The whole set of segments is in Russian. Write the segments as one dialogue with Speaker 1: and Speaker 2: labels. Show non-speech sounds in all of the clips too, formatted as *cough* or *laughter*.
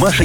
Speaker 1: Маша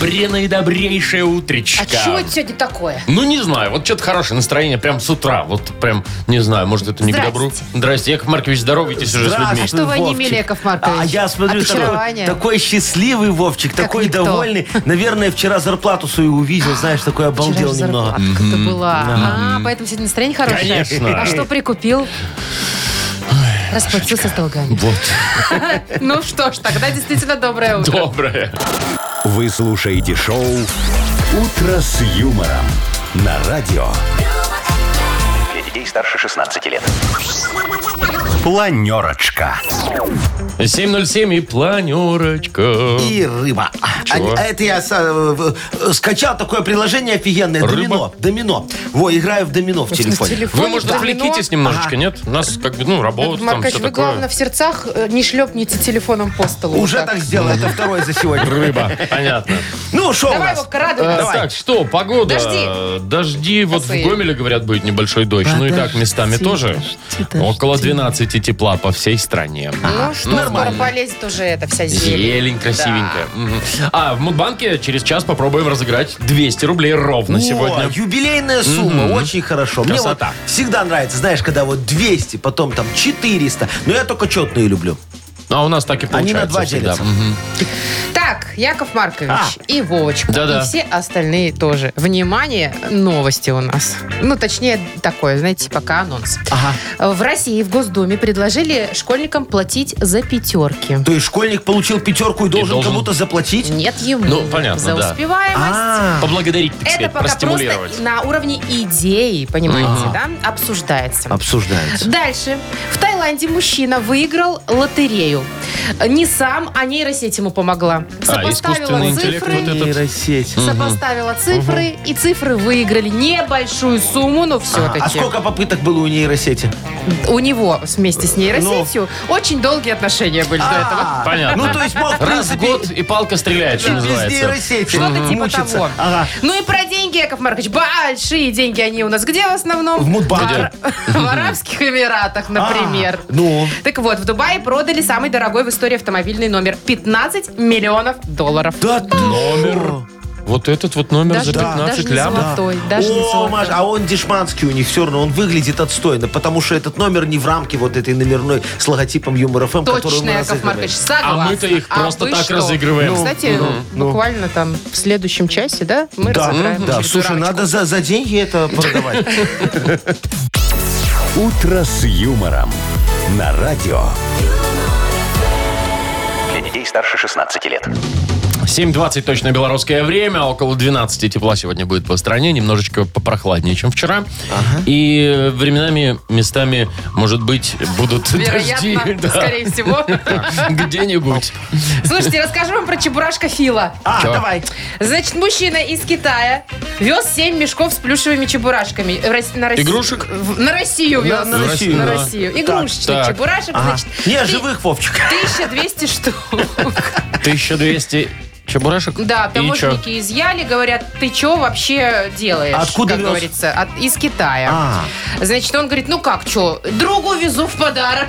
Speaker 2: Брена и добрейшая утречка.
Speaker 3: А чего это сегодня такое?
Speaker 2: Ну, не знаю, вот что-то хорошее настроение прям с утра. Вот прям, не знаю, может, это не к добру.
Speaker 3: Здрасте.
Speaker 2: Здрасте, Яков Маркович, здоровайтесь уже с людьми.
Speaker 3: А Что вы онемели, Яков Маркович?
Speaker 4: А я смотрю, такой,
Speaker 3: Очарование.
Speaker 4: такой счастливый Вовчик, такой
Speaker 3: никто.
Speaker 4: довольный. Наверное, вчера зарплату свою увидел, знаешь, такой обалдел
Speaker 3: Вчера же
Speaker 4: немного.
Speaker 3: зарплатка-то была. А, поэтому сегодня настроение хорошее.
Speaker 2: Конечно.
Speaker 3: А что прикупил? Расплатился с долгами.
Speaker 2: Вот, *laughs*
Speaker 3: Ну что ж, тогда действительно доброе утро.
Speaker 2: доброе.
Speaker 1: Вы слушаете шоу «Утро с юмором» на радио. Для детей старше 16 лет. Планерочка.
Speaker 2: 7.07 и планерочка.
Speaker 4: И рыба.
Speaker 2: Чего?
Speaker 4: А, а это я с- э, в- э, скачал такое приложение офигенное.
Speaker 2: Рыба?
Speaker 4: Домино. Домино. Во, играю в домино в
Speaker 3: В
Speaker 4: телефоне.
Speaker 3: телефоне
Speaker 2: Вы, может,
Speaker 3: домино.
Speaker 2: отвлекитесь немножечко, нет? У нас как бы, ну,
Speaker 3: Яков
Speaker 2: работа, там
Speaker 3: Маркович,
Speaker 2: все
Speaker 3: вы,
Speaker 2: такое.
Speaker 3: главное, в сердцах э, не шлепните телефоном по столу.
Speaker 4: Уже
Speaker 3: Вот
Speaker 4: так сделал. Это второй за
Speaker 3: *laughs*
Speaker 4: сегодня.
Speaker 2: Рыба, понятно.
Speaker 4: Ну, шо у
Speaker 3: Давай,
Speaker 4: нас?
Speaker 3: Вовка, радуй
Speaker 2: Э,
Speaker 3: нас.
Speaker 2: Так, что, погода.
Speaker 3: Дожди.
Speaker 2: Дожди. Вот в
Speaker 3: Косые.
Speaker 2: Гомеле, говорят, будет небольшой дождь. Ну и так местами тоже. Около 12 тепла по всей стране.
Speaker 3: Ну что, скоро полезет уже эта вся зелень.
Speaker 2: Зелень красивенькая. Мгм. А в Мудбанке через час попробуем разыграть 200 рублей ровно
Speaker 4: О,
Speaker 2: сегодня.
Speaker 4: юбилейная сумма, очень хорошо.
Speaker 2: Красота.
Speaker 4: Мне вот всегда нравится, знаешь, когда вот 200, потом там 400. Но я только четные люблю.
Speaker 2: А у нас так и
Speaker 4: Они
Speaker 2: получается
Speaker 4: на два
Speaker 2: всегда.
Speaker 4: делятся.
Speaker 2: Мгм.
Speaker 3: Так, Яков Маркович
Speaker 4: А.
Speaker 3: и Вовочка,
Speaker 2: Да-да.
Speaker 3: и все остальные тоже. Внимание, новости у нас. Ну, точнее, такое, знаете, пока анонс.
Speaker 4: Ага.
Speaker 3: В России в Госдуме предложили школьникам платить за пятерки.
Speaker 4: То есть школьник получил пятерку и должен,
Speaker 2: должен.
Speaker 4: кому-то заплатить?
Speaker 3: Нет ему.
Speaker 2: Ну, понятно,
Speaker 3: За
Speaker 2: да.
Speaker 3: успеваемость.
Speaker 4: А,
Speaker 2: Поблагодарить, так
Speaker 3: Это
Speaker 2: сказать,
Speaker 3: пока
Speaker 2: простимулировать.
Speaker 3: просто на уровне идеи, понимаете, да, обсуждается.
Speaker 4: обсуждается.
Speaker 3: Дальше. В Таиланде мужчина выиграл лотерею. Не сам, а нейросеть ему помогла.
Speaker 2: А, искусственный интеллект вот этот.
Speaker 4: Нейросеть.
Speaker 3: Сопоставила цифры, и цифры выиграли небольшую сумму, но все-таки.
Speaker 4: А сколько попыток было у нейросети?
Speaker 3: У него вместе с нейросетью очень долгие отношения были до этого.
Speaker 4: Ну. А,
Speaker 2: Понятно.
Speaker 4: Ну, то есть мог, в
Speaker 2: Раз в
Speaker 4: принципе,
Speaker 2: год и палка стреляет,
Speaker 4: и
Speaker 2: что
Speaker 4: без
Speaker 2: называется.
Speaker 4: нейросети
Speaker 3: Что-то типа
Speaker 4: мучиться.
Speaker 3: того.
Speaker 4: Ага.
Speaker 3: Ну и про деньги, Яков Маркович. Большие деньги они у нас где в основном?
Speaker 4: В Мудбанке.
Speaker 3: В Арабских Эмиратах, например.
Speaker 4: А, ну.
Speaker 3: Так вот, в Дубае продали самый дорогой в истории автомобильный номер. 15 миллионов долларов.
Speaker 4: Да ты
Speaker 2: Номер. Вот этот вот номер
Speaker 3: Даже,
Speaker 2: за 15
Speaker 3: даже не
Speaker 2: лямов.
Speaker 3: золотой. Даже не
Speaker 4: О,
Speaker 3: золотой.
Speaker 4: Маш, а он дешманский у них все равно, он выглядит отстойно, потому что этот номер не в рамке вот этой номерной с логотипом Юмор ФМ, который
Speaker 3: Точно,
Speaker 4: мы
Speaker 3: Яков
Speaker 4: разыгрываем.
Speaker 3: Маркович, согласна.
Speaker 2: А мы-то их просто
Speaker 3: вы
Speaker 2: так
Speaker 3: что?
Speaker 2: разыгрываем.
Speaker 3: Ну, Кстати, буквально там в следующем часе, да, мы
Speaker 4: ну. Да,
Speaker 3: разыграем.
Speaker 4: да.
Speaker 3: очередную
Speaker 4: слушай,
Speaker 3: рамочку.
Speaker 4: надо за, за деньги это продавать.
Speaker 1: «Утро с юмором» на радио.
Speaker 5: Для детей старше 16 лет.
Speaker 2: 7.20 точно белорусское время, А около 12 тепла сегодня будет по стране, немножечко попрохладнее, чем вчера. И временами, местами, может быть, будут дожди. *laughs*
Speaker 3: Вероятно,
Speaker 2: да,
Speaker 3: скорее всего.
Speaker 2: Где-нибудь.
Speaker 3: Слушайте, расскажу вам про чебурашка Фила.
Speaker 4: А,
Speaker 2: Чё?
Speaker 4: давай.
Speaker 3: Значит, мужчина из Китая вез 7 мешков с плюшевыми чебурашками. Э, В Рос- на Росси-
Speaker 2: Игрушек?
Speaker 3: в- На Россию вез.
Speaker 4: на
Speaker 2: Россию,
Speaker 3: На
Speaker 2: да.
Speaker 3: Россию. Игрушечных
Speaker 2: так.
Speaker 3: чебурашек,
Speaker 4: Ага.
Speaker 3: значит,
Speaker 4: Не, а
Speaker 3: ты-
Speaker 4: живых, Вовчик.
Speaker 3: 1200 штук.
Speaker 2: 1200 чебурашек?
Speaker 3: Да,
Speaker 2: И чё?
Speaker 3: таможенники изъяли, говорят, ты что вообще делаешь?
Speaker 4: Откуда
Speaker 3: как
Speaker 4: вез?
Speaker 3: говорится, от- из Китая.
Speaker 4: А.
Speaker 3: Значит, он говорит, ну как, что, другу везу в подарок.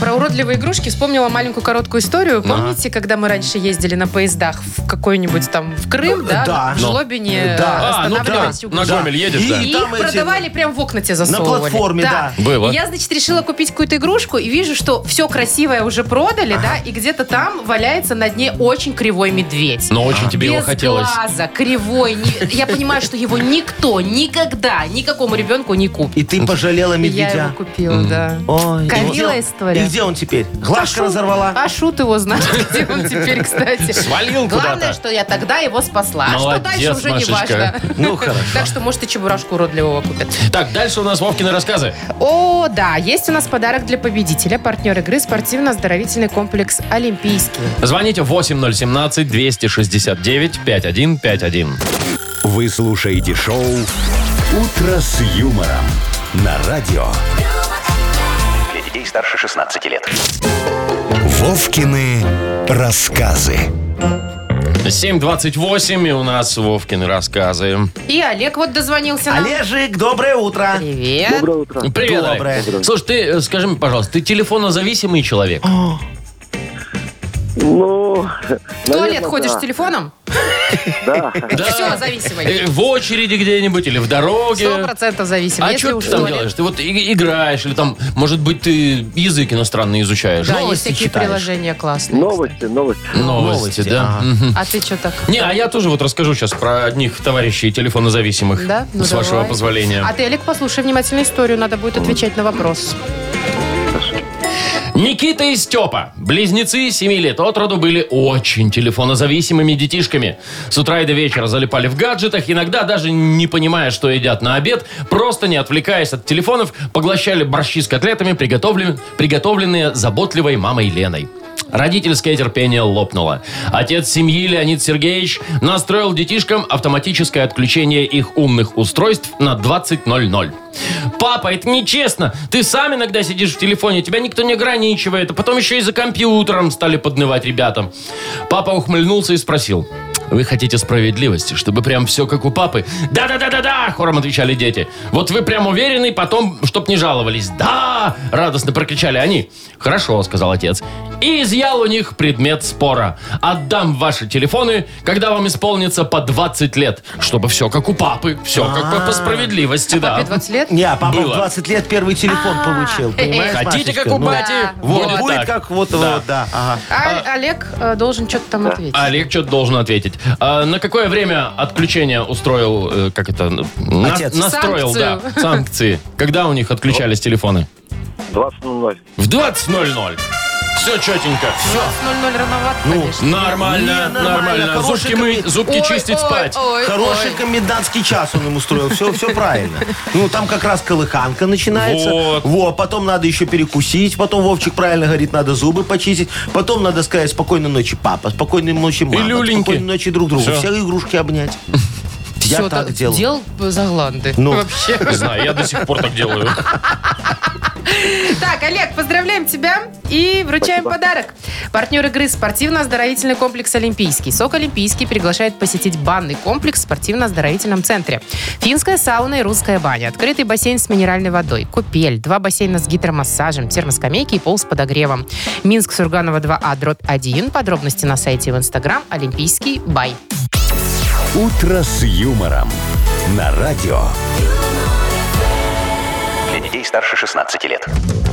Speaker 3: Про уродливые игрушки вспомнила маленькую короткую историю. Помните, когда мы раньше ездили на поездах в какой-нибудь там в Крым, да?
Speaker 4: да.
Speaker 3: В Жлобине э,
Speaker 4: Да.
Speaker 2: А, ну да,
Speaker 3: останавливались у
Speaker 2: на
Speaker 3: Гриши.
Speaker 2: Гомель едешь,
Speaker 4: И-
Speaker 2: да.
Speaker 3: угу. И их
Speaker 4: там эти-
Speaker 3: продавали прям в окна тебе засовывали.
Speaker 4: На платформе, да.
Speaker 2: Было.
Speaker 3: И я, значит, решила купить какую-то игрушку и вижу, что все красивое уже продали, да, и где-то там валяется на дне очень кривой медведь.
Speaker 2: Но очень Ну, тебе его
Speaker 3: Без
Speaker 2: хотелось.
Speaker 3: глаза, кривой. не- Я понимаю, что его никто никогда никакому ребенку не купит.
Speaker 4: И ты пожалела
Speaker 3: И Я
Speaker 4: медведя.
Speaker 3: его купила, да.
Speaker 4: Ой, и
Speaker 3: Ковила
Speaker 4: где-
Speaker 3: история.
Speaker 4: И где он теперь? Глазка
Speaker 3: шут-
Speaker 4: разорвала?
Speaker 3: А шут его знает, где он теперь, кстати.
Speaker 2: Свалил
Speaker 3: Главное,
Speaker 2: куда-то.
Speaker 3: что я тогда его спасла. А что
Speaker 2: Молодец,
Speaker 3: дальше уже не
Speaker 2: Машечка.
Speaker 3: важно.
Speaker 4: Ну, хорошо.
Speaker 3: Так что, может, и чебурашку уродливого купят.
Speaker 2: Так, дальше у нас Вовкины рассказы.
Speaker 3: О, да, есть у нас подарок для победителя. Партнер игры спортивно-оздоровительный комплекс «Олимпийский».
Speaker 2: Звоните 8017-269-5151.
Speaker 1: Вы слушаете шоу «Утро с юмором» на радио.
Speaker 5: Для детей старше 16 лет.
Speaker 1: Вовкины рассказы.
Speaker 2: 7.28, и у нас Вовкины рассказы.
Speaker 3: И Олег вот дозвонился нам.
Speaker 4: Олежик, доброе утро.
Speaker 3: Привет.
Speaker 6: Доброе утро.
Speaker 2: Привет, Олег.
Speaker 4: Доброе.
Speaker 2: Слушай, ты э, скажи мне, пожалуйста, ты телефонозависимый человек?
Speaker 6: Ну,
Speaker 3: В туалет ходишь с телефоном?
Speaker 6: Да.
Speaker 2: Да.
Speaker 3: Все, зависимый.
Speaker 2: Э, В очереди где-нибудь или в дороге?
Speaker 3: Сто процентов зависим.
Speaker 2: А
Speaker 3: Если
Speaker 2: что
Speaker 3: уж
Speaker 2: ты там
Speaker 3: в туалет.
Speaker 2: делаешь? Ты вот и- играешь или там, может быть, ты язык иностранный изучаешь?
Speaker 3: Да, есть
Speaker 4: Новости
Speaker 3: такие
Speaker 4: читаешь?
Speaker 3: приложения классные.
Speaker 6: Новости, новости.
Speaker 2: Новости,
Speaker 4: Новости,
Speaker 2: да.
Speaker 4: ага.
Speaker 2: Мгм.
Speaker 3: кстати. А ты что так?
Speaker 2: Не, а я тоже вот расскажу сейчас про одних товарищей телефонозависимых,
Speaker 3: Да? Ну,
Speaker 2: с вашего
Speaker 3: давай.
Speaker 2: позволения.
Speaker 3: А ты, Олег, послушай внимательно историю, надо будет отвечать на вопрос.
Speaker 2: Никита и Степа, близнецы 7 лет от роду, были очень телефонозависимыми детишками. С утра и до вечера залипали в гаджетах, иногда даже не понимая, что едят на обед, просто не отвлекаясь от телефонов, поглощали борщи с котлетами, приготовлен- приготовленные заботливой мамой Леной. Родительское терпение лопнуло. Отец семьи Леонид Сергеевич настроил детишкам автоматическое отключение их умных устройств на 20.00. Папа, это нечестно. Ты сам иногда сидишь в телефоне, тебя никто не ограничивает. А потом еще и за компьютером стали поднывать ребятам. Папа ухмыльнулся и спросил. Вы хотите справедливости, чтобы прям все как у папы? Да-да-да-да-да, хором отвечали дети. Вот вы прям уверены, потом, чтоб не жаловались. Да, радостно прокричали они. Хорошо, сказал отец. И изъял у них предмет спора. Отдам ваши телефоны, когда вам исполнится по 20 лет, чтобы все как у папы, все как по- по справедливости, да.
Speaker 3: Папе 20 лет?
Speaker 4: Не, а папа в
Speaker 2: Было.
Speaker 4: 20 лет первый телефон
Speaker 3: А,
Speaker 4: получил, понимаешь,
Speaker 2: Хотите,
Speaker 4: Машечка?
Speaker 2: как у
Speaker 4: Ну,
Speaker 2: бати?
Speaker 3: Да.
Speaker 2: Вот
Speaker 4: Вот будет
Speaker 2: так.
Speaker 4: как вот, вот, да. ага.
Speaker 3: А, Олег э, должен что-то там ответить.
Speaker 2: Олег что-то должен ответить. А на какое время отключение устроил, э, как это, на-
Speaker 4: Отец.
Speaker 2: настроил, да,
Speaker 3: Санкцию.
Speaker 2: санкции? Когда у них отключались телефоны?
Speaker 6: 20.00.
Speaker 2: В 20.00. Все четенько.
Speaker 3: 20.00 рановато,
Speaker 2: Ну,
Speaker 3: конечно.
Speaker 2: Нормально,
Speaker 4: Не, нормально.
Speaker 2: нормально.
Speaker 4: Хороший
Speaker 2: Зубки мыть,
Speaker 4: коммент-
Speaker 2: зубки
Speaker 3: Ой,
Speaker 2: чистить,
Speaker 3: ой,
Speaker 2: спать.
Speaker 3: ой,
Speaker 4: Хороший
Speaker 3: ой.
Speaker 4: комендантский час он им устроил. Все, все правильно. Ну, там как раз колыханка начинается.
Speaker 2: Вот.
Speaker 4: Во, потом надо еще перекусить. Потом Вовчик правильно говорит, надо зубы почистить. Потом надо сказать спокойной ночи, папа. Спокойной ночи, мама.
Speaker 2: люленьки.
Speaker 4: Спокойной ночи друг другу.
Speaker 2: Всё.
Speaker 4: Все, игрушки
Speaker 2: *laughs*
Speaker 4: обнять. Я
Speaker 3: Всё,
Speaker 4: так
Speaker 3: да,
Speaker 4: делал.
Speaker 3: Делал э, загланды.
Speaker 4: Ну.
Speaker 3: Вообще.
Speaker 2: Не знаю, я до сих пор так делаю.
Speaker 3: Так, Олег, поздравляем тебя и вручаем подарок. Партнер игры спортивно-оздоровительный комплекс «Олимпийский». СОК «Олимпийский» приглашает посетить банный комплекс в спортивно-оздоровительном центре. Финская сауна и русская баня, открытый бассейн с минеральной водой, купель, два бассейна с гидромассажем, термоскамейки и пол с подогревом. Минск, Сурганова 2А, А, дробь 1. Подробности на сайте и в Инстаграм «Олимпийский бай».
Speaker 1: «Утро с юмором» на радио.
Speaker 5: Для детей старше 16 лет.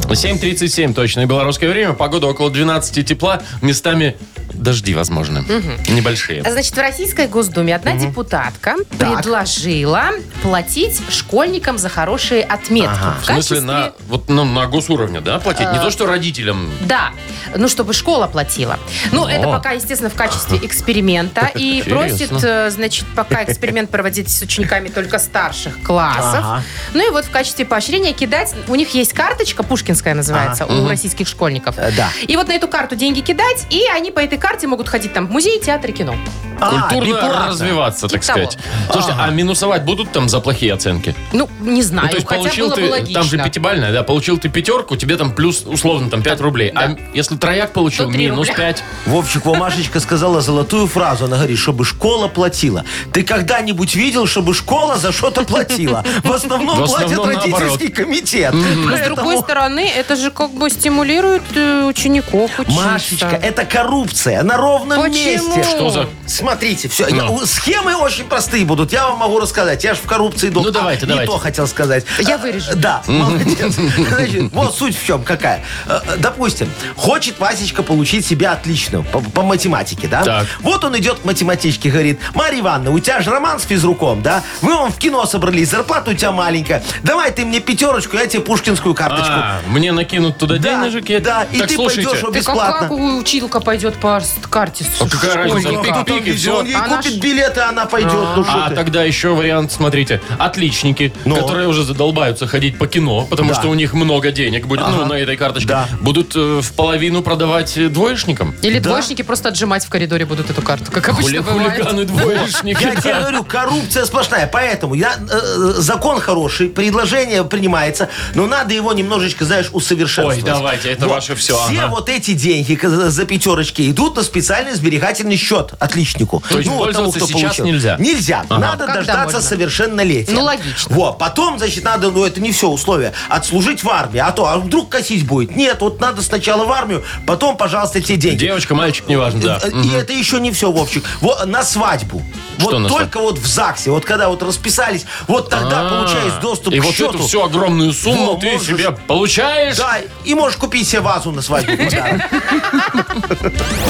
Speaker 2: 7.37 точное белорусское время. Погода около 12 тепла. Местами дожди, возможно. Небольшие.
Speaker 3: Значит, в Российской Госдуме одна депутатка предложила платить школьникам за хорошие отметки.
Speaker 2: В смысле,
Speaker 3: качестве-
Speaker 2: на, вот, ну, на госуровне, да, платить? Не то, что родителям.
Speaker 3: Да, ну чтобы школа платила. Ну,
Speaker 2: О.
Speaker 3: это пока, естественно, в качестве эксперимента. И
Speaker 2: Интересно.
Speaker 3: просит, э, значит, пока эксперимент проводить с учениками только старших классов.
Speaker 4: Ага.
Speaker 3: Ну и вот в качестве поощрения кидать... У них есть карточка, пушкинская называется, у российских школьников.
Speaker 4: Э, да.
Speaker 3: И вот на эту карту деньги кидать, и они по этой карте могут ходить там в музей, театр и кино.
Speaker 4: А,
Speaker 2: Культурно
Speaker 4: бесплатно.
Speaker 2: развиваться, так
Speaker 3: Типа того.
Speaker 2: сказать. Слушайте, а минусовать будут там за плохие оценки?
Speaker 3: Ну,
Speaker 2: Ну,
Speaker 3: не знаю,
Speaker 2: то есть
Speaker 3: хотя
Speaker 2: получил
Speaker 3: было бы
Speaker 2: ты,
Speaker 3: логично.
Speaker 2: там же пятибальная, да, получил ты пятерку, тебе там плюс, условно, там 5 рублей. А если трояк получил,
Speaker 3: То три
Speaker 2: минус
Speaker 3: рубля.
Speaker 2: 5.
Speaker 4: Вовчик, во, Машечка сказала золотую фразу. Она говорит, чтобы школа платила. Ты когда-нибудь видел, чтобы школа за что-то платила? В основном
Speaker 2: В
Speaker 4: платит
Speaker 2: основном
Speaker 4: родительский комитет.
Speaker 3: Но с
Speaker 4: Поэтому-
Speaker 3: другой стороны, это же как бы стимулирует э, учеников учиться.
Speaker 4: Машечка, это коррупция на ровном
Speaker 3: Почему?
Speaker 4: месте.
Speaker 2: Что за...
Speaker 4: Смотрите, все.
Speaker 2: Ну.
Speaker 4: Схемы очень простые будут. Я вам могу рассказать. Я же в коррупции долго.
Speaker 2: Ну, давайте,
Speaker 4: Не
Speaker 2: давайте.
Speaker 4: то хотел сказать.
Speaker 3: Я
Speaker 4: А,
Speaker 3: вырежу.
Speaker 4: Да, молодец. Значит, вот суть в чем какая. Э, э, Допустим, хочет Васечка получить себя отличную по, по математике, да?
Speaker 2: Так.
Speaker 4: Вот он идет к математичке, говорит, Марья Ивановна, у тебя же роман с физруком, да? Вы вон в кино собрались, зарплата у тебя маленькая. Давай ты мне пятерочку, я тебе пушкинскую карточку.
Speaker 2: А, мне накинут туда денежек. я-
Speaker 4: да, и
Speaker 2: так,
Speaker 4: ты
Speaker 2: слушайте,
Speaker 4: пойдешь
Speaker 3: Так а
Speaker 4: бесплатно.
Speaker 3: как у- училка пойдет по с- карте?
Speaker 2: А какая разница?
Speaker 3: Школьника.
Speaker 2: Пик-пик и А
Speaker 4: Видите,
Speaker 2: все.
Speaker 4: Он ей
Speaker 3: Она
Speaker 4: купит
Speaker 3: ж-
Speaker 4: билеты, она пойдет. Ну, что
Speaker 2: А
Speaker 4: ты?
Speaker 2: тогда еще вариант, смотрите, отличники,
Speaker 4: Ну.
Speaker 2: которые уже задолбаются ходить по кино, потому
Speaker 4: Да.
Speaker 2: что у них много денег будет, ну, на этой карточке,
Speaker 4: Да.
Speaker 2: будут э, в половину продавать э, двоечникам.
Speaker 3: Или двоечники просто отжимать в коридоре будут эту карту, как
Speaker 2: Хули-
Speaker 3: обычно бывает.
Speaker 2: Хулиганы двоечники.
Speaker 4: Я тебе
Speaker 2: да.
Speaker 4: говорю, коррупция сплошная. Поэтому я, э, закон хороший, предложение принимается, но надо его немножечко, знаешь, усовершенствовать.
Speaker 2: Ой, давайте, это ваше всё,
Speaker 4: Все
Speaker 2: ага.
Speaker 4: вот эти деньги к- э, за пятерочки идут на специальный сберегательный счет отличнику. Ну,
Speaker 2: То есть
Speaker 4: вот
Speaker 2: пользоваться
Speaker 4: тому, кто
Speaker 2: сейчас нельзя?
Speaker 4: Нельзя. Надо
Speaker 3: Когда
Speaker 4: дождаться
Speaker 3: можно?
Speaker 4: совершеннолетия.
Speaker 3: Ну, логично.
Speaker 4: Вот. Потом, значит, надо, ну, это не все условия, отслужить в армии. А то, а вдруг косить будет? Нет, вот надо сначала в армию, потом, пожалуйста, те деньги.
Speaker 2: Девочка, мальчик, неважно, да.
Speaker 4: Э, э, И это еще не все, Вовчик. Во- на свадьбу.
Speaker 2: Что
Speaker 4: вот
Speaker 2: на
Speaker 4: только вот в ЗАГСе, вот когда вот расписались, вот тогда
Speaker 2: А,
Speaker 4: получаешь доступ
Speaker 2: И
Speaker 4: к
Speaker 2: вот
Speaker 4: счету.
Speaker 2: эту всю огромную сумму
Speaker 4: Во,
Speaker 2: ты
Speaker 4: можешь.
Speaker 2: себе получаешь.
Speaker 4: Да, и можешь купить себе вазу на свадьбу. в подарок.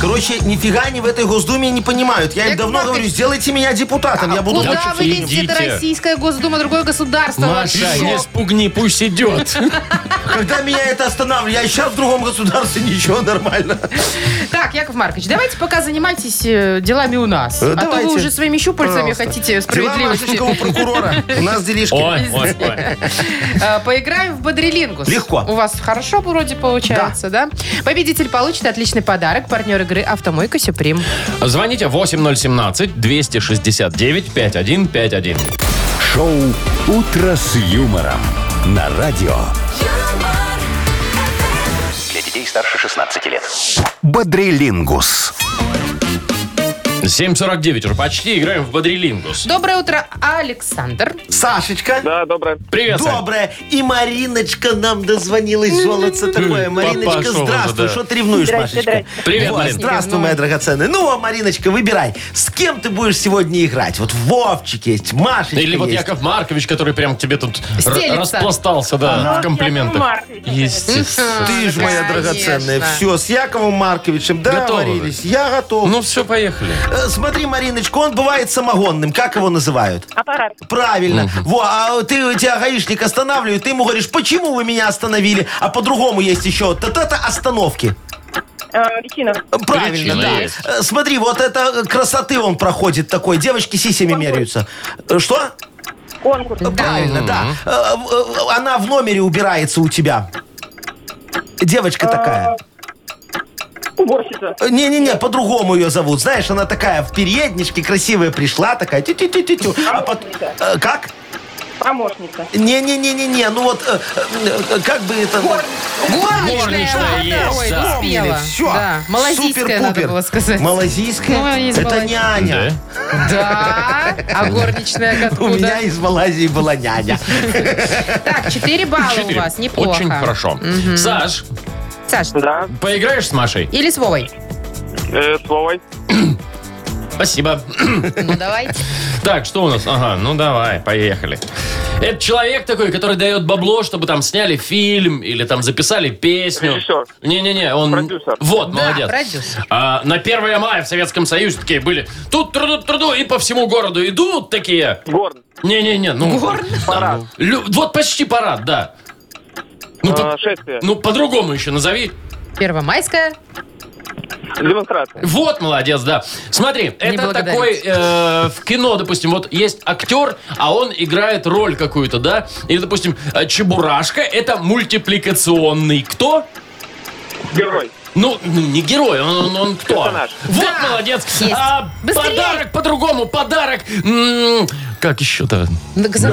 Speaker 4: Короче, нифига они в этой Госдуме не понимают. Я им
Speaker 3: Яков
Speaker 4: давно говорю,
Speaker 3: Маркович.
Speaker 4: сделайте меня депутатом.
Speaker 3: А,
Speaker 4: Я буду...
Speaker 3: Куда вы
Speaker 2: Идите.
Speaker 3: лезете? Это российская Госдума, другое государство.
Speaker 2: Маша,
Speaker 3: вообще.
Speaker 2: не спугни, пусть идет.
Speaker 4: Когда меня это останавливает? Я сейчас в другом государстве, *laughs* ничего, нормально.
Speaker 3: Так, Яков Маркович, давайте пока занимайтесь э, делами у нас.
Speaker 4: Э,
Speaker 3: а то вы
Speaker 4: давайте.
Speaker 3: уже своими щупальцами хотите
Speaker 4: Дела
Speaker 3: справедливости.
Speaker 4: Машенького прокурора. У нас
Speaker 2: *laughs*
Speaker 4: делишки.
Speaker 2: Ой, ой, ой.
Speaker 3: Э, Поиграем в Бодрилингус.
Speaker 4: Легко.
Speaker 3: У вас хорошо вроде получается, да? Победитель получит отличный подарок. Партнер игры «Автомойка Сюприм».
Speaker 2: Звоните 8017-269-5151.
Speaker 1: Шоу «Утро с юмором» на радио
Speaker 7: юмор,
Speaker 5: Для детей старше 16 лет.
Speaker 1: «Бодрилингус».
Speaker 2: 7.49 уже почти, играем в Бодрилингус.
Speaker 3: Доброе утро, Александр.
Speaker 4: Сашечка.
Speaker 6: Да, доброе.
Speaker 2: Привет, Сань.
Speaker 4: Доброе. И Мариночка нам дозвонилась. Золотце такое.
Speaker 2: М,
Speaker 4: Мариночка,
Speaker 2: папаша у вас,
Speaker 4: здравствуй.
Speaker 2: да.
Speaker 4: Что ты ревнуешь,
Speaker 8: Здрасте,
Speaker 4: Машечка?
Speaker 8: здрасте.
Speaker 2: Привет,
Speaker 4: Вот,
Speaker 2: Марин.
Speaker 4: Здравствуй, моя драгоценная. Ну, а, Мариночка, выбирай, с кем ты будешь сегодня играть? Вот Вовчик есть, Машечка
Speaker 2: Или вот
Speaker 4: есть.
Speaker 2: Яков Маркович, который прям тебе тут р-
Speaker 3: Стелится.
Speaker 2: распластался, да, в
Speaker 8: Яков
Speaker 2: комплиментах.
Speaker 8: Маркович, конечно.
Speaker 2: Естественно.
Speaker 4: Ты же моя
Speaker 3: Конечно.
Speaker 4: драгоценная. Все, с Яковом Марковичем
Speaker 2: Готовы
Speaker 4: договорились. Я готов.
Speaker 2: Ну все, поехали.
Speaker 4: Э, Смотри, Мариночка, он бывает самогонным. Как его называют?
Speaker 8: Аппарат.
Speaker 4: Правильно. Во, а ты у тебя гаишник останавливает, ты ему говоришь, почему вы меня остановили? А по-другому есть еще та-та-та остановки.
Speaker 8: Э, Личинов.
Speaker 4: Правильно,
Speaker 2: Причина
Speaker 4: да.
Speaker 2: есть.
Speaker 4: Э, Смотри, вот это красоты он проходит такой. Девочки сисями меряются. Э, Что?
Speaker 8: Конкурс.
Speaker 4: Э, Правильно, да.
Speaker 2: А?
Speaker 4: Э, в- э, Она в номере убирается у тебя. Девочка
Speaker 3: А.
Speaker 4: такая.
Speaker 8: Уборщица.
Speaker 4: Э, Не-не-не, по-другому ее зовут. Знаешь, она такая в передничке красивая пришла, такая тю-тю-тю-тю. А пот- э, Как?
Speaker 8: Помощница.
Speaker 4: Не-не-не-не-не, ну вот э, э, э, как бы это...
Speaker 2: Горничная
Speaker 3: ладно.
Speaker 2: есть,
Speaker 3: Ой,
Speaker 2: да.
Speaker 3: успела.
Speaker 4: Все.
Speaker 3: Да, малазийская, надо было сказать.
Speaker 4: Малазийская?
Speaker 3: Ну, из
Speaker 4: это
Speaker 3: Малайзии.
Speaker 4: няня.
Speaker 3: Да, а горничная
Speaker 4: У меня
Speaker 3: откуда?
Speaker 4: из Малайзии была няня.
Speaker 3: Так, 4 балла у
Speaker 2: Четыре.
Speaker 3: вас, неплохо.
Speaker 2: Очень хорошо. Саш,
Speaker 3: Саш,
Speaker 6: Да,
Speaker 2: поиграешь с Машей?
Speaker 3: или с Вовой?
Speaker 6: э, с Вовой.
Speaker 2: Спасибо.
Speaker 3: Ну, давайте.
Speaker 2: Так, что у нас? Ага, ну давай, поехали. Это человек такой, который дает бабло, чтобы там сняли фильм или там записали песню.
Speaker 6: Режиссер.
Speaker 2: Не-не-не, он...
Speaker 6: Продюсер.
Speaker 2: Вот,
Speaker 3: Да,
Speaker 2: *laughs* молодец.
Speaker 3: продюсер.
Speaker 2: А, на 1 мая в Советском Союзе такие были. Тут труду, труду, и по всему городу идут такие.
Speaker 6: Горн.
Speaker 2: Не-не-не, ну...
Speaker 3: Горн?
Speaker 2: Парад. вот почти парад, да. Ну,
Speaker 6: А,
Speaker 2: по-
Speaker 6: шествие.
Speaker 2: ну, по-другому еще назови.
Speaker 3: Первомайская.
Speaker 6: Демонстрация.
Speaker 2: Вот, молодец, да. Смотри, это
Speaker 3: благодарите.
Speaker 2: такой э, в кино, допустим, вот есть актер, а он играет роль какую-то, да? Или, допустим, э, Чебурашка это мультипликационный кто?
Speaker 6: Герой.
Speaker 2: Ну, ну, не герой, он, он- он кто?
Speaker 6: Персонаж.
Speaker 2: Вот,
Speaker 3: Да,
Speaker 2: молодец.
Speaker 3: есть.
Speaker 2: А,
Speaker 3: Быстрее.
Speaker 2: подарок по-другому, подарок. М, как еще-то?
Speaker 3: На зарплате
Speaker 4: тебе,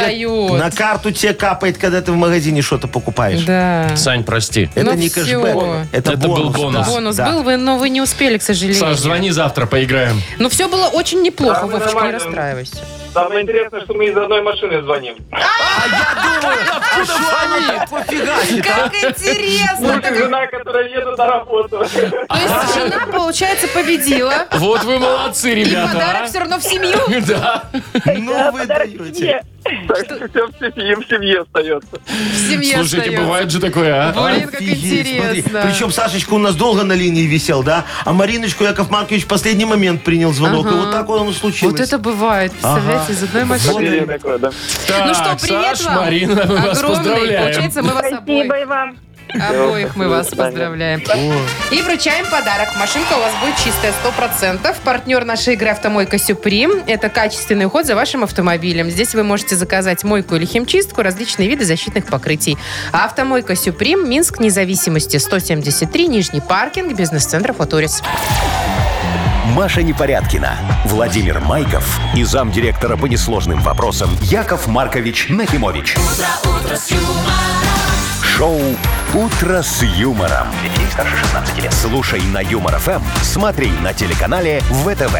Speaker 4: на
Speaker 3: дают.
Speaker 4: карту тебе капает, когда ты в магазине что-то покупаешь.
Speaker 3: Да.
Speaker 2: Сань, прости.
Speaker 4: Это
Speaker 3: Ну
Speaker 4: не
Speaker 3: всё.
Speaker 4: кэшбэк. Это,
Speaker 2: Это был
Speaker 4: бонус.
Speaker 2: бонус.
Speaker 4: да,
Speaker 3: Бонус
Speaker 4: да. Ну,
Speaker 3: был, вы, но вы не успели, к сожалению.
Speaker 2: Саш, звони завтра, поиграем.
Speaker 3: Но все было очень неплохо,
Speaker 6: Да, ну,
Speaker 3: Вовчик, не
Speaker 6: нормально.
Speaker 3: расстраивайся.
Speaker 6: Самое интересное, что мы из одной машины звоним.
Speaker 4: А я думаю, а что она так пофигачит, а?
Speaker 3: интересно!
Speaker 6: Муж и жена, которая едут на работу.
Speaker 3: То есть жена, получается, победила.
Speaker 2: Вот вы молодцы,
Speaker 3: И
Speaker 2: ребята.
Speaker 3: подарок все равно в семью.
Speaker 2: а. Да.
Speaker 4: Ну вы даете.
Speaker 6: Так что всё в семье, в семье остается.
Speaker 3: В семье
Speaker 2: Слушайте,
Speaker 3: остается.
Speaker 2: бывает же такое, а?
Speaker 3: Ну, Блин, как
Speaker 4: Офигеть, смотри.
Speaker 3: интересно.
Speaker 4: Причем Сашечка у нас долго на линии висел, да? А Мариночку Яков Маркович в последний момент принял звонок. И вот так он случилось.
Speaker 3: Вот это бывает, представляете, из одной машины.
Speaker 6: Время такое, да.
Speaker 2: Так,
Speaker 3: Ну что, привет
Speaker 2: Саш,
Speaker 3: вам.
Speaker 2: Марина, мы вас
Speaker 3: Огромный.
Speaker 2: поздравляем.
Speaker 3: Получается, мы вас обоих,
Speaker 8: Спасибо и вам.
Speaker 3: обоих мы вас поздравляем. И вручаем подарок. Машинка у вас будет чистая 100%. Партнер нашей игры «Автомойка Сюприм» — это качественный уход за вашим автомобилем. Здесь вы можете заказать мойку или химчистку, различные виды защитных покрытий. А «Автомойка Сюприм», Минск, независимости, 173, Нижний паркинг, бизнес-центр «Футурис».
Speaker 1: Маша Непорядкина, Владимир Майков и замдиректора по несложным вопросам Яков Маркович Нахимович. Шоу Утро с юмором. Детей старше 16 лет. Слушай на юмор ФМ, смотри на телеканале ВТВ.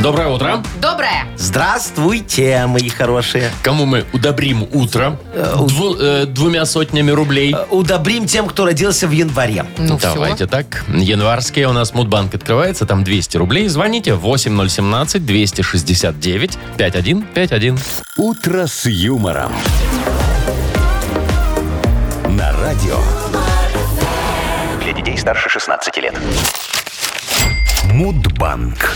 Speaker 2: Доброе утро.
Speaker 3: Доброе!
Speaker 4: Здравствуйте, мои хорошие.
Speaker 2: Кому мы удобрим утро Дву- э, двумя сотнями рублей.
Speaker 4: Э, Удобрим тем, кто родился в январе.
Speaker 3: Ну
Speaker 2: Давайте так. Январские у нас Мудбанк открывается, там 200 рублей. Звоните 8017-269-5151.
Speaker 1: Утро с юмором. На радио
Speaker 5: Для детей старше 16 лет.
Speaker 1: Мудбанк.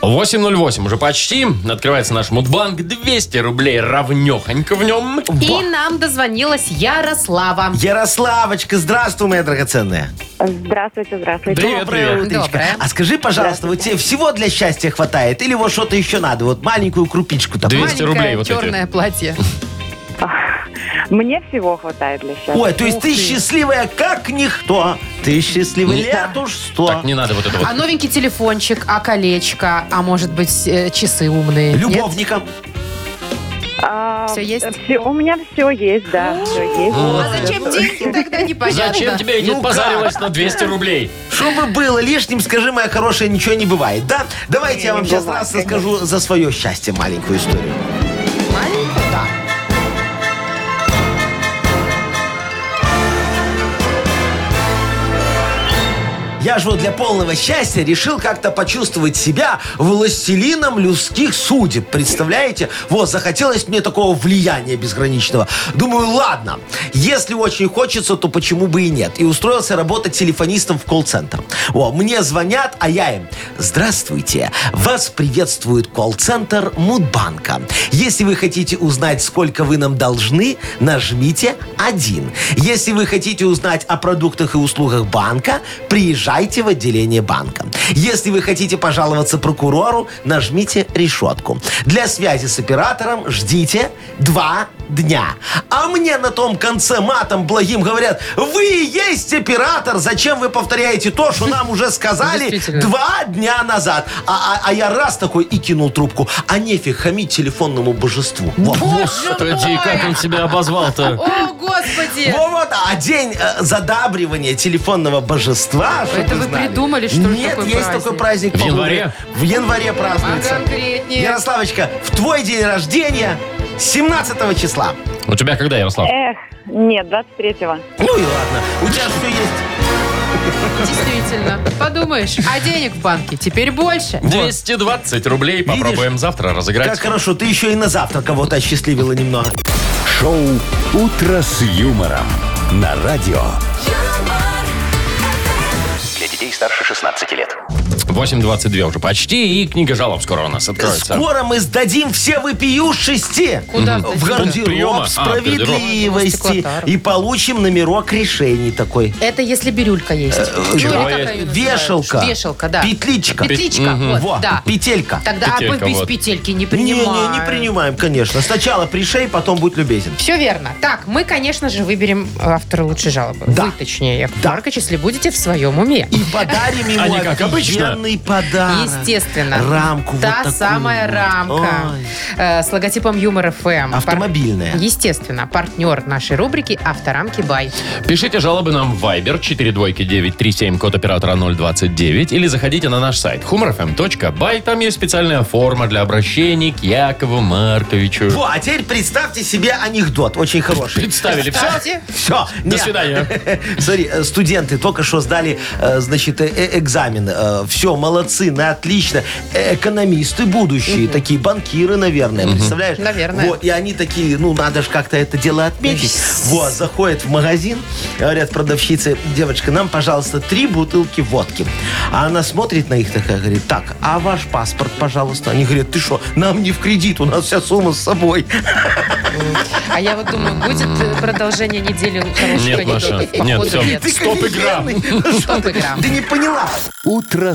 Speaker 2: 808 уже почти. Открывается наш Мудбанк. 200 рублей равнехонько в нем.
Speaker 3: И нам дозвонилась Ярослава.
Speaker 4: Ярославочка, здравствуй, моя драгоценная.
Speaker 8: Здравствуйте, здравствуйте.
Speaker 2: Привет, привет.
Speaker 4: утречко.
Speaker 3: Доброе.
Speaker 4: А скажи, пожалуйста, вот тебе всего для счастья хватает? Или вот что-то еще надо? Вот маленькую крупичку там.
Speaker 2: Две- 200
Speaker 3: Маленькое
Speaker 2: рублей вот эти.
Speaker 3: черное платье.
Speaker 8: Мне всего хватает для счастья.
Speaker 4: Ой, то есть
Speaker 3: Ух
Speaker 4: ты
Speaker 3: ты.
Speaker 4: счастливая, как никто. Ты счастливый лет уж сто.
Speaker 2: Так, не надо вот это вот.
Speaker 3: А новенький телефончик, а колечко, а может быть э, часы умные. Нет?
Speaker 4: Любовником.
Speaker 8: А,
Speaker 3: Всё есть?
Speaker 8: всё- у меня все есть, да, все есть.
Speaker 3: А зачем деньги тогда непонятно?
Speaker 2: Зачем тебе идти
Speaker 4: Ну как?
Speaker 2: позарилась на 200 рублей?
Speaker 4: Чтобы было лишним, скажи, моя хорошая, ничего не бывает, да? Давайте я вам сейчас раз расскажу за свое счастье маленькую историю.
Speaker 3: Маленькую? Да.
Speaker 4: Я же вот для полного счастья решил как-то почувствовать себя властелином людских судеб. Представляете? Вот, захотелось мне такого влияния безграничного. Думаю, ладно, если очень хочется, то почему бы и нет. И устроился работать телефонистом в колл-центр. О, мне звонят, а я им. Здравствуйте, вас приветствует колл-центр Мудбанка. Если вы хотите узнать, сколько вы нам должны, нажмите 1. Если вы хотите узнать о продуктах и услугах банка, приезжайте в отделение банка. Если вы хотите пожаловаться прокурору, нажмите решетку. Для связи с оператором ждите 2 дня. А мне на том конце матом благим говорят, вы и есть оператор, зачем вы повторяете то, что нам уже сказали
Speaker 3: Действительно.
Speaker 4: два дня назад. А, а- а я раз такой и кинул трубку. А нефиг хамить телефонному божеству. Во.
Speaker 3: Ну,
Speaker 2: Господи, как он себя обозвал-то?
Speaker 3: О, господи!
Speaker 4: Во, вот, а день э, задабривания телефонного божества, чтобы
Speaker 3: Это вы
Speaker 4: знали.
Speaker 3: придумали, что ли,
Speaker 4: Нет,
Speaker 3: такой
Speaker 4: есть
Speaker 3: праздник?
Speaker 4: такой праздник.
Speaker 2: В январе?
Speaker 4: В январе
Speaker 3: А
Speaker 4: празднуется.
Speaker 3: конкретнее?
Speaker 4: Ярославочка, в твой день рождения 17 числа.
Speaker 2: У тебя когда, Ярослав?
Speaker 8: Эх, нет, 23-го.
Speaker 4: Ну и ладно. У тебя же все есть.
Speaker 3: Действительно. Подумаешь, а денег в банке теперь больше.
Speaker 2: 220 рублей попробуем завтра
Speaker 4: Как
Speaker 2: разыграть.
Speaker 4: хорошо, ты еще и на завтра кого-то осчастливила немного.
Speaker 1: Шоу Утро с юмором. На радио
Speaker 5: Для детей старше 16 лет.
Speaker 2: 8.22 уже почти, и книга жалоб скоро у нас откроется.
Speaker 4: Скоро мы сдадим все выпиющести
Speaker 3: Куда
Speaker 4: в
Speaker 3: сдадим?
Speaker 2: приема? А,
Speaker 4: гардероб справедливости
Speaker 3: гардероб.
Speaker 4: и получим номерок решений такой.
Speaker 3: Это если бирюлька есть. Ну, или
Speaker 2: чего
Speaker 3: как
Speaker 2: есть?
Speaker 3: ее называют?
Speaker 4: Вешалка.
Speaker 3: Вешалка, да.
Speaker 4: Петличка.
Speaker 3: Петличка, вот,
Speaker 4: Во,
Speaker 3: да.
Speaker 4: петелька.
Speaker 3: Тогда а мы
Speaker 2: Петелька,
Speaker 3: без
Speaker 2: вот.
Speaker 3: петельки не
Speaker 4: Не, не,
Speaker 3: принимаем.
Speaker 4: не принимаем, конечно. Сначала пришей, потом будь любезен.
Speaker 3: Все верно. Так, мы, конечно же, выберем автора лучшей жалобы.
Speaker 4: Да.
Speaker 3: Вы, точнее, Яков
Speaker 4: Да.
Speaker 3: Маркович, если будете в своем уме.
Speaker 4: И подарим ему
Speaker 2: А не как обычно?
Speaker 4: офигенный подарок.
Speaker 3: Естественно.
Speaker 4: Рамку вот
Speaker 3: Та
Speaker 4: такую
Speaker 3: самая
Speaker 4: вот.
Speaker 3: рамка
Speaker 4: Ой.
Speaker 3: э, с логотипом Юмор ФМ.
Speaker 4: Автомобильная.
Speaker 3: Естественно, партнер нашей рубрики «Авторамки Бай».
Speaker 2: Пишите жалобы нам в Viber 42937, код оператора 029, или заходите на наш сайт humorfm.by. Там есть специальная форма для обращений к Якову Марковичу.
Speaker 4: Во, а теперь представьте себе анекдот, очень хороший.
Speaker 2: Представили все?
Speaker 3: Кстати,
Speaker 4: Все.
Speaker 2: До свидания.
Speaker 4: *laughs* Смотри, э, студенты только что сдали, э, значит, э, э, экзамен. Все, молодцы, на отлично. Э, Экономисты будущие, такие банкиры, наверное, представляешь?
Speaker 3: Наверное.
Speaker 4: Вот, и они такие, ну, надо же как-то это дело отметить. Вот, заходят в магазин, говорят продавщице, девочка, нам, пожалуйста, три бутылки водки. А она смотрит на их такая, говорит, так, а ваш паспорт, пожалуйста? Они говорят, ты что, нам не в кредит, у нас вся сумма с собой.
Speaker 3: а я вот думаю, будет э, продолжение недели хорошего
Speaker 2: Нет, Маша,
Speaker 3: анекдота?
Speaker 2: нет,
Speaker 3: Походу,
Speaker 2: всё.
Speaker 3: нет.
Speaker 4: Ты
Speaker 2: Стоп, игра.
Speaker 4: офигенный. Ну что ты?
Speaker 3: игра.
Speaker 4: Ты не поняла.
Speaker 1: «Утро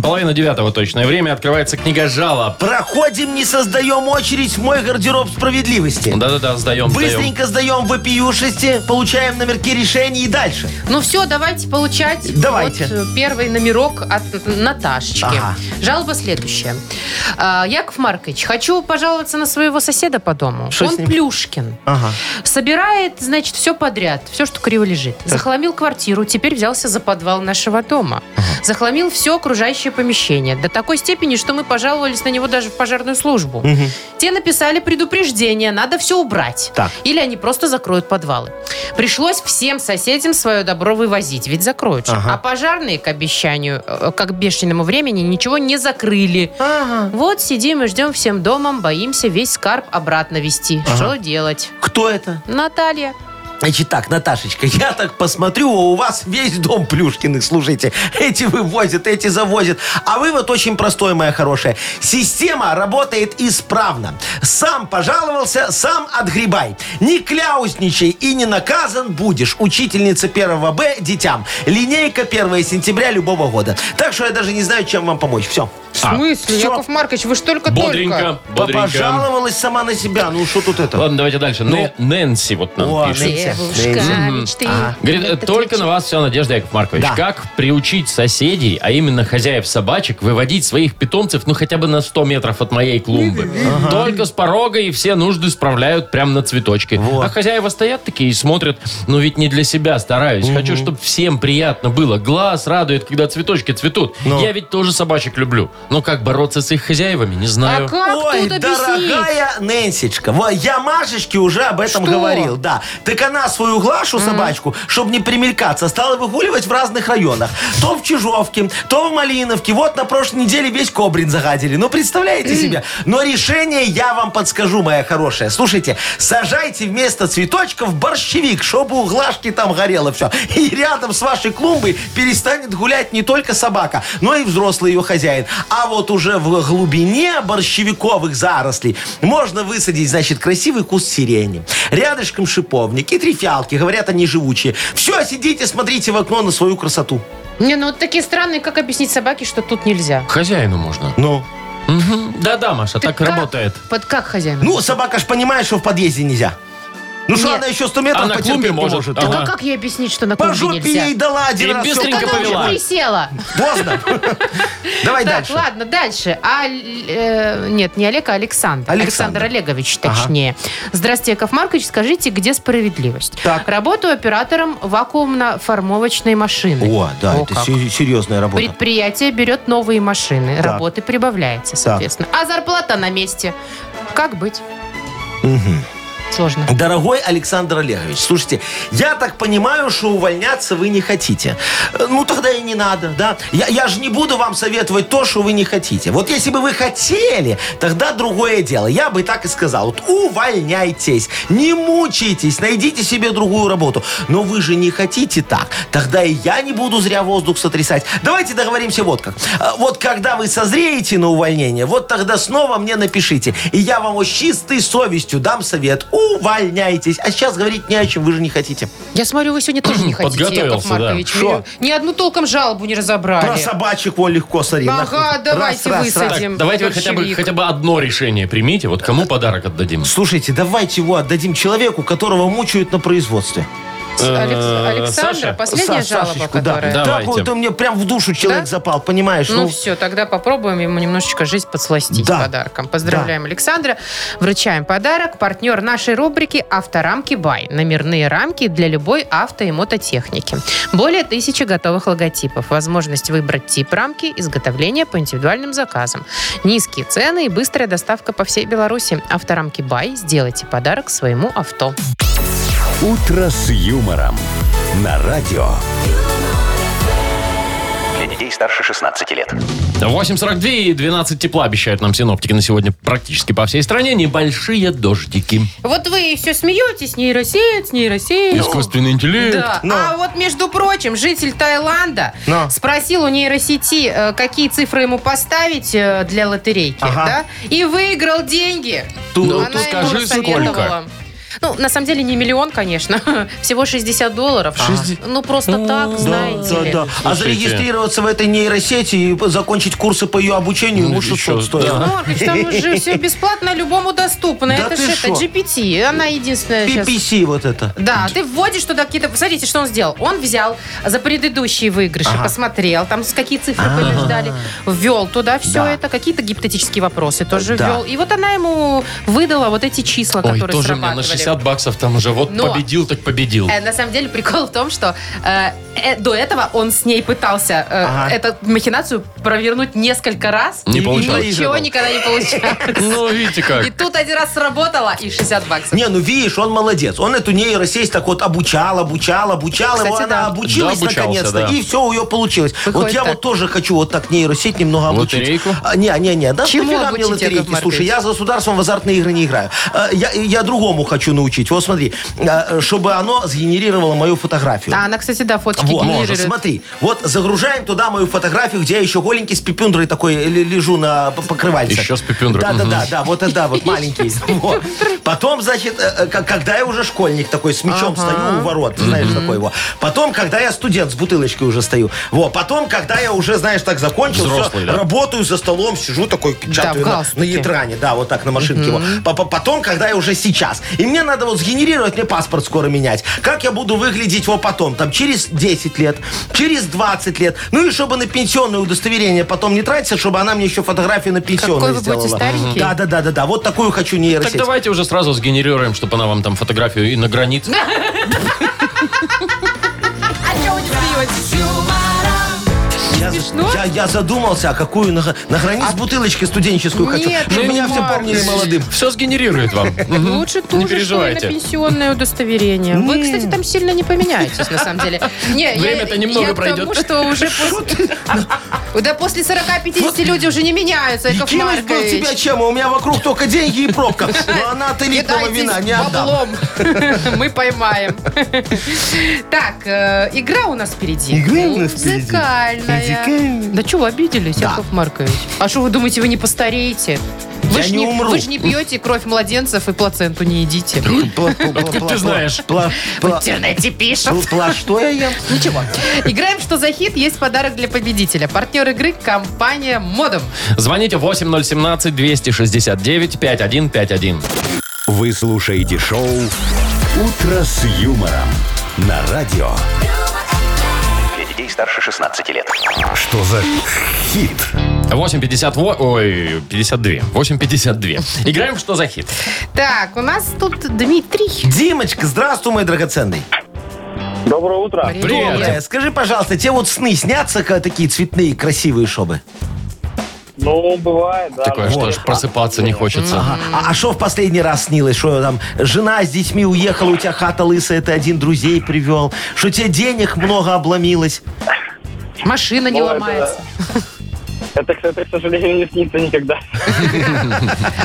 Speaker 2: Половина девятого точное время. Открывается книга жалоб.
Speaker 4: Проходим, не создаем очередь в мой гардероб справедливости.
Speaker 2: Да-да-да, сдаем, сдаем.
Speaker 4: Быстренько сдаем вопиюшести, получаем номерки решений и дальше.
Speaker 3: Ну все, давайте получать.
Speaker 4: Давайте.
Speaker 3: Вот, э, первый номерок от Наташечки.
Speaker 4: Ага.
Speaker 3: Жалоба следующая. А, Яков Маркович, хочу пожаловаться на своего соседа по дому.
Speaker 4: Что с
Speaker 3: Он
Speaker 4: ним?
Speaker 3: Плюшкин.
Speaker 4: Ага.
Speaker 3: Собирает, значит, все подряд, все, что криво лежит. Захламил квартиру, теперь взялся за подвал нашего дома. Захламил все окружающее помещение. До такой степени, что мы пожаловались на него даже в пожарную службу. Те написали предупреждение, надо все убрать.
Speaker 4: Так.
Speaker 3: Или они просто закроют подвалы. Пришлось всем соседям свое добро вывозить, ведь закроют же.
Speaker 4: Ага.
Speaker 3: А пожарные, к обещанию, э, как бешеному времени, ничего не закрыли.
Speaker 4: Ага.
Speaker 3: Вот сидим и ждем всем домом, боимся весь скарб обратно вести. Что делать?
Speaker 4: Кто это?
Speaker 3: Наталья.
Speaker 4: Значит так, Наташечка, *laughs* я так посмотрю, а у вас весь дом Плюшкиных, слушайте. Эти вывозят, эти завозят. А вывод очень простой, моя хорошая. Система работает исправно. Сам пожаловался, сам отгребай. Не кляусничай и не наказан будешь. Учительница 1 Б детям. Линейка 1 сентября любого года. Так что я даже не знаю, чем вам помочь. Все.
Speaker 3: В смысле,
Speaker 4: всё.
Speaker 3: Яков Маркович, вы ж только-только.
Speaker 2: Бодренько, бодренько.
Speaker 4: Пожаловалась сама на себя. Ну что тут это?
Speaker 2: Ладно, давайте дальше. Нэ- Нэнси вот нам
Speaker 4: Ну. О,
Speaker 2: пишет.
Speaker 4: Нэнси.
Speaker 3: Девушка, ведь ты...
Speaker 2: Говорит, э, только на вас вся надежда, Яков Маркович.
Speaker 4: Да.
Speaker 2: Как приучить соседей, а именно хозяев собачек, выводить своих питомцев, ну, хотя бы на 100 метров от моей клумбы? Только с порога и все нужды справляют прямо на цветочке. А хозяева стоят такие и смотрят, ну, ведь не для себя стараюсь. Хочу, чтобы всем приятно было. Глаз радует, когда цветочки цветут. Я ведь тоже собачек люблю. Но как бороться с их хозяевами, не
Speaker 3: А
Speaker 2: знаю.
Speaker 3: как
Speaker 4: Ой,
Speaker 3: тут объяснить?
Speaker 4: дорогая Нэнсичка, во, я Машечке уже об этом
Speaker 3: Что?
Speaker 4: говорил, да. Так она свою Глашу, собачку, чтобы не примелькаться, стала выгуливать в разных районах. То в Чижовке, то в Малиновке. Вот на прошлой неделе весь Кобрин загадили. Ну, представляете себе? Но решение я вам подскажу, моя хорошая. Слушайте, сажайте вместо цветочков борщевик, чтобы у Глашки там горело все. И рядом с вашей клумбой перестанет гулять не только собака, но и взрослый ее хозяин. А вот уже в глубине борщевиковых зарослей можно высадить, значит, красивый куст сирени. Рядышком шиповник и три фиалки. Говорят, они живучие. Все, сидите, смотрите в окно на свою красоту.
Speaker 3: Не, ну вот такие странные, как объяснить собаке, что тут нельзя?
Speaker 2: Хозяину можно.
Speaker 4: Ну?
Speaker 2: Мгм. Да-да, Маша,
Speaker 3: Ты
Speaker 2: так
Speaker 3: как-
Speaker 2: работает.
Speaker 3: Под как хозяину?
Speaker 4: Ну, собака ж понимает, что в подъезде нельзя. Ну что,
Speaker 3: Нет.
Speaker 4: она еще 100 метров
Speaker 2: А на
Speaker 4: потерпеть
Speaker 2: клумбе
Speaker 4: не
Speaker 2: может.
Speaker 4: может.
Speaker 2: А.
Speaker 3: Так а как ей объяснить, что на
Speaker 4: По
Speaker 3: клубе
Speaker 4: жопе
Speaker 3: нельзя?
Speaker 4: ей дала один
Speaker 2: И
Speaker 4: раз. всё,
Speaker 2: быстренько
Speaker 4: как
Speaker 3: Она уже
Speaker 2: повела.
Speaker 3: присела.
Speaker 4: Поздно. *laughs* Давай
Speaker 3: Так,
Speaker 4: дальше.
Speaker 3: ладно, дальше. А, э, нет, не Олег, а Александр.
Speaker 4: Александр.
Speaker 3: Александр Олегович, точнее. Здравствуйте, Яков Маркович. Скажите, где справедливость?
Speaker 4: Так.
Speaker 3: Работаю оператором вакуумно-формовочной машины.
Speaker 4: О, да,
Speaker 3: О,
Speaker 4: это
Speaker 3: как.
Speaker 4: се- серьезная работа.
Speaker 3: Предприятие берет новые машины.
Speaker 4: Так.
Speaker 3: Работы прибавляется, соответственно. А зарплата на месте. Как быть? сложно.
Speaker 4: Дорогой Александр Олегович, слушайте, я так понимаю, что увольняться вы не хотите. Э, Ну, тогда и не надо, да? Я, я же не буду вам советовать то, что вы не хотите. Вот если бы вы хотели, тогда другое дело. Я бы так и сказал. Вот увольняйтесь, не мучайтесь, найдите себе другую работу. Но вы же не хотите так. Тогда и я не буду зря воздух сотрясать. Давайте договоримся вот как. Э, Вот когда вы созреете на увольнение, вот тогда снова мне напишите. И я вам вот с чистой совестью дам совет. Увольняйтесь. А сейчас говорить не о чем, вы же не хотите.
Speaker 3: Я смотрю, вы сегодня
Speaker 4: *clears throat*
Speaker 3: тоже не хотите, Яков
Speaker 2: Подготовился, да.
Speaker 3: Маркович. Вы
Speaker 4: Шо?
Speaker 3: Ни одну толком жалобу не
Speaker 4: Про
Speaker 3: разобрали.
Speaker 4: собачек во легко, сори.
Speaker 3: А Ага,
Speaker 4: нахуй.
Speaker 3: давайте
Speaker 4: Раз, раз, раз.
Speaker 3: высадим.
Speaker 2: Так, давайте вы хотя бы,
Speaker 3: борщевик.
Speaker 2: хотя бы одно решение примите. Вот кому подарок отдадим?
Speaker 4: Слушайте, давайте его отдадим человеку, которого мучают на производстве.
Speaker 2: Э,
Speaker 3: Алекс- Александра,
Speaker 2: Саша?
Speaker 3: последняя
Speaker 4: Са-
Speaker 3: жалоба,
Speaker 4: Сашечку, да.
Speaker 3: которая...
Speaker 2: Да.
Speaker 4: Так
Speaker 2: Давайте.
Speaker 4: вот он мне прям в душу человек
Speaker 3: Да?
Speaker 4: запал, понимаешь?
Speaker 3: Ну, все, тогда попробуем ему немножечко жизнь подсластить
Speaker 4: Да.
Speaker 3: подарком. Поздравляем Александра. Вручаем подарок. Партнер нашей рубрики «Авторамки Бай». Номерные рамки для любой авто и мототехники. Более тысячи готовых логотипов. Возможность выбрать тип рамки, изготовление по индивидуальным заказам. Низкие цены и быстрая доставка по всей Беларуси. Авторамки Бай. Сделайте подарок своему авто.
Speaker 1: «Утро с юмором» на радио.
Speaker 5: Для детей старше 16 лет.
Speaker 2: 8.42 и 12 тепла обещают нам синоптики на сегодня практически по всей стране. Небольшие дождики.
Speaker 3: Вот вы все смеетесь, нейросеять, нейросеять.
Speaker 2: Ну, Искусственный интеллект.
Speaker 3: Да.
Speaker 4: Ну.
Speaker 3: А вот, между прочим, житель Таиланда
Speaker 4: Ну.
Speaker 3: спросил у нейросети, э, какие цифры ему поставить э, для лотерейки,
Speaker 4: Ага.
Speaker 3: да? И выиграл деньги.
Speaker 2: Ну,
Speaker 3: Она
Speaker 2: ты
Speaker 3: ему
Speaker 2: скажи,
Speaker 3: рассоветовала.
Speaker 2: сколько?
Speaker 3: Ну, на самом деле, не миллион, конечно. *laughs* Всего 60 долларов.
Speaker 2: Шести-
Speaker 3: Ну, просто так, знаете
Speaker 4: Да,
Speaker 3: ли.
Speaker 4: да. А
Speaker 2: Слушайте.
Speaker 4: зарегистрироваться в этой нейросети и по- закончить курсы по ее обучению ему
Speaker 2: и чё?
Speaker 4: 600 стоит.
Speaker 2: Да.
Speaker 3: Ну, Маркович, там же
Speaker 4: *laughs*
Speaker 3: все бесплатно, любому доступно.
Speaker 4: Да
Speaker 3: это
Speaker 4: ты
Speaker 3: же это
Speaker 4: шо?
Speaker 3: GPT. Она единственная сейчас.
Speaker 4: PPC вот это.
Speaker 3: Да, ты вводишь туда какие-то... Посмотрите, что он сделал. Он взял за предыдущие выигрыши, посмотрел, там с- какие цифры побеждали, ввел туда все
Speaker 4: Да.
Speaker 3: это, какие-то гипотетические вопросы тоже
Speaker 4: Да.
Speaker 3: ввел. И вот она ему выдала вот эти числа,
Speaker 2: Ой,
Speaker 3: которые
Speaker 2: тоже мне на
Speaker 3: срабатывали.
Speaker 2: 60 баксов там уже. Вот
Speaker 3: Но-
Speaker 2: победил, так победил.
Speaker 3: Э, На самом деле прикол в том, что э, э, до этого он с ней пытался э,
Speaker 4: Ага.
Speaker 3: эту махинацию провернуть несколько раз.
Speaker 2: Не
Speaker 3: и
Speaker 2: получалось.
Speaker 3: Ничего никогда не получалось.
Speaker 2: Ну, видите
Speaker 3: И
Speaker 2: как.
Speaker 3: тут один раз сработало, и 60 баксов.
Speaker 4: Не, ну видишь, он молодец. Он эту нейросеть так вот обучал, обучал, обучал.
Speaker 3: Кстати,
Speaker 4: его она
Speaker 3: да.
Speaker 4: обучилась
Speaker 2: Да, обучался,
Speaker 4: наконец-то.
Speaker 2: да.
Speaker 4: И все у нее получилось. вот
Speaker 3: Выходит
Speaker 4: я
Speaker 3: так.
Speaker 4: вот тоже хочу вот так нейросеть немного обучить.
Speaker 2: Лотерейку?
Speaker 4: А, не, не, не. Да
Speaker 3: Чему
Speaker 4: нафига мне
Speaker 3: обучить, Яков
Speaker 4: лотерейки?
Speaker 3: Маркович?
Speaker 4: Слушай, я с государством в азартные игры не играю. А, Я, я другому хочу научить. Вот смотри, а, чтобы оно сгенерировало мою фотографию.
Speaker 3: А она, кстати, да, фоточки
Speaker 4: Вот,
Speaker 3: генерирует.
Speaker 4: смотри, вот загружаем туда мою фотографию, где я еще голенький с пипюндрой такой л- лежу на п- покрывальце.
Speaker 2: Еще с пипюндрой.
Speaker 4: Да, да, да,
Speaker 2: Мгм.
Speaker 4: да, вот это, да, вот маленький. Вот. Потом, значит, э, э, к- когда я уже школьник такой с мечом стою у ворот, знаешь, такой его. Потом, когда я студент с бутылочкой уже стою. Вот. Потом, когда я уже, знаешь, так закончил, всё,
Speaker 2: Взрослый, да.
Speaker 4: работаю за столом, сижу такой, печатаю
Speaker 3: в
Speaker 4: на- на,
Speaker 3: галстуке.
Speaker 4: ядране, да, вот так на машинке его. По- по- Потом, когда я уже сейчас. И мне надо вот сгенерировать, мне паспорт скоро менять. Как я буду выглядеть вот потом, там, через 10 лет, через 20 лет. Ну и чтобы на пенсионное удостоверение потом не тратиться, чтобы она мне еще фотографию на пенсионное
Speaker 3: Какой вы
Speaker 4: сделала.
Speaker 3: будете старенький.
Speaker 4: Да, да, да, да, да. Вот такую хочу
Speaker 2: Так
Speaker 4: нейросеть.
Speaker 2: давайте уже сразу сгенерируем, чтобы она вам там фотографию и на границе.
Speaker 4: я,
Speaker 3: смешно? А
Speaker 4: я- я задумался, а какую на, на границ бутылочки студенческую хочу.
Speaker 3: Нет,
Speaker 4: Чтобы
Speaker 3: ну,
Speaker 4: меня все
Speaker 3: Марк,
Speaker 4: помнили молодым.
Speaker 2: Все сгенерирует *laughs* вам. Мгм.
Speaker 3: Лучше ту
Speaker 2: Не
Speaker 3: же, что и на
Speaker 2: переживайте.
Speaker 3: пенсионное удостоверение. Вы, кстати, там сильно не поменяетесь, на самом деле. Не, я-
Speaker 2: Время-то немного
Speaker 3: я к тому,
Speaker 2: пройдет.
Speaker 3: что уже после... Да после 40-50 люди уже не меняются, Яков
Speaker 4: Кинуть был тебя
Speaker 3: Маркович.
Speaker 4: чем? У меня вокруг только деньги и пробка. Но она-то литого
Speaker 3: Кидайтесь
Speaker 4: вина не отдам.
Speaker 3: баблом. *laughs* Мы поймаем. Так, э, игра у нас впереди.
Speaker 4: Игра у нас впереди.
Speaker 3: Музыкальная.
Speaker 4: Музыкальная.
Speaker 3: Да что, вы обиделись, Яков Маркович? А что, вы думаете, вы не постареете? Вы
Speaker 4: Я
Speaker 3: ж
Speaker 4: не умру.
Speaker 3: Вы же не пьете кровь младенцев и плаценту не едите.
Speaker 2: Откуда ты знаешь?
Speaker 4: Пла-
Speaker 3: В
Speaker 4: пла-
Speaker 3: интернете пишут.
Speaker 4: пла- пла- Что я ем?
Speaker 3: типа. Ничего. Играем «Что за хит?» Есть подарок для победителя. Партнер игры – компания «Модом».
Speaker 2: Звоните 8017-269-5151.
Speaker 1: Вы слушаете шоу «Утро с юмором» на радио.
Speaker 5: Для детей старше 16 лет.
Speaker 1: Что за хит?
Speaker 2: 8.52. Ой, 52. 8.52. Играем в «Что за хит?»
Speaker 3: Так, у нас тут Дмитрий.
Speaker 4: Димочка, здравствуй, мой драгоценный.
Speaker 6: Доброе утро.
Speaker 2: Привет.
Speaker 4: Э, Скажи, пожалуйста, тебе вот сны снятся ка- такие цветные, красивые шобы?
Speaker 6: Ну, бывает, да.
Speaker 2: Такое, что аж просыпаться не хочется.
Speaker 4: Ага. А что в последний раз снилось? Что там жена с детьми уехала, у тебя хата лысая, ты один друзей привел, что тебе денег много обломилось.
Speaker 3: Машина не
Speaker 6: Ну, это-
Speaker 3: ломается.
Speaker 6: Это, кстати, к сожалению, не снится никогда.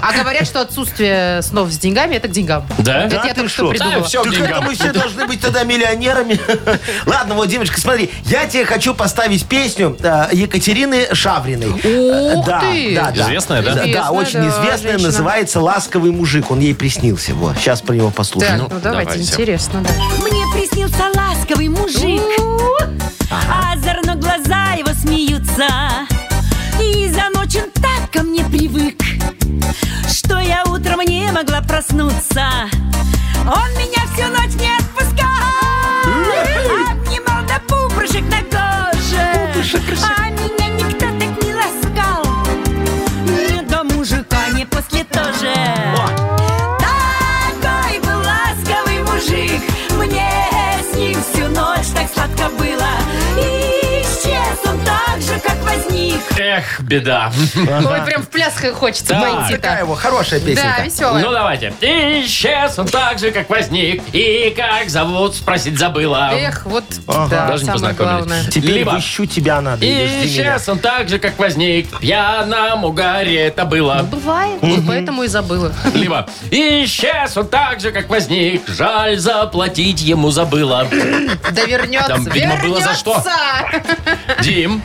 Speaker 3: А говорят, что отсутствие снов с деньгами, это к деньгам.
Speaker 2: Да?
Speaker 3: Это
Speaker 2: Да,
Speaker 3: я
Speaker 4: ты
Speaker 3: только что
Speaker 4: шо?
Speaker 2: Да,
Speaker 3: придумала.
Speaker 2: все
Speaker 4: Так это мы все должны быть тогда миллионерами. *laughs* Ладно, вот, Димочка, смотри, я тебе хочу поставить песню э, Екатерины Шавриной. Э,
Speaker 3: Ух
Speaker 4: Да,
Speaker 3: ты!
Speaker 4: да, да.
Speaker 2: Известная, да?
Speaker 4: Да,
Speaker 3: Известная,
Speaker 4: очень
Speaker 3: да,
Speaker 4: известная,
Speaker 3: женщина.
Speaker 4: называется «Ласковый мужик». Он ей приснился. Вот, сейчас про него
Speaker 3: Так,
Speaker 4: послушаем.
Speaker 3: ну,
Speaker 2: Ну,
Speaker 3: давайте,
Speaker 2: давайте.
Speaker 3: интересно. да.
Speaker 7: Мне приснился ласковый мужик, озорно глаза его смеются. И за ночь он так ко мне привык, что я утром не могла проснуться. Он меня всю ночь не отпускал, обнимал до пупрышек на коже. А меня никто так не ласкал, ни до мужика, ни после тоже. Такой был ласковый мужик Мне с ним всю ночь так сладко было И исчез он так же, как возник
Speaker 2: Эх, беда.
Speaker 3: Ой, прям в пляск хочется
Speaker 2: Да.
Speaker 3: пойти.
Speaker 4: Такая
Speaker 3: так.
Speaker 4: его хорошая песня.
Speaker 3: Да,
Speaker 2: Ну
Speaker 3: веселая.
Speaker 2: давайте. И исчез он так же, как возник. И как зовут, спросить забыла.
Speaker 3: Эх, вот,
Speaker 4: Ага.
Speaker 3: да,
Speaker 2: Даже не
Speaker 3: самое
Speaker 2: познакомились.
Speaker 3: главное.
Speaker 4: Теперь
Speaker 2: Либо.
Speaker 4: ищу тебя надо.
Speaker 2: И
Speaker 4: или жди меня.
Speaker 2: исчез он так же, как возник. В пьяном угаре это было.
Speaker 3: Бывает, вот поэтому и забыла.
Speaker 2: Либо «И исчез он так же, как возник. Жаль, заплатить ему забыла.
Speaker 3: Да вернется,
Speaker 2: Там, видимо, было за что.
Speaker 3: вернется.
Speaker 2: Дим.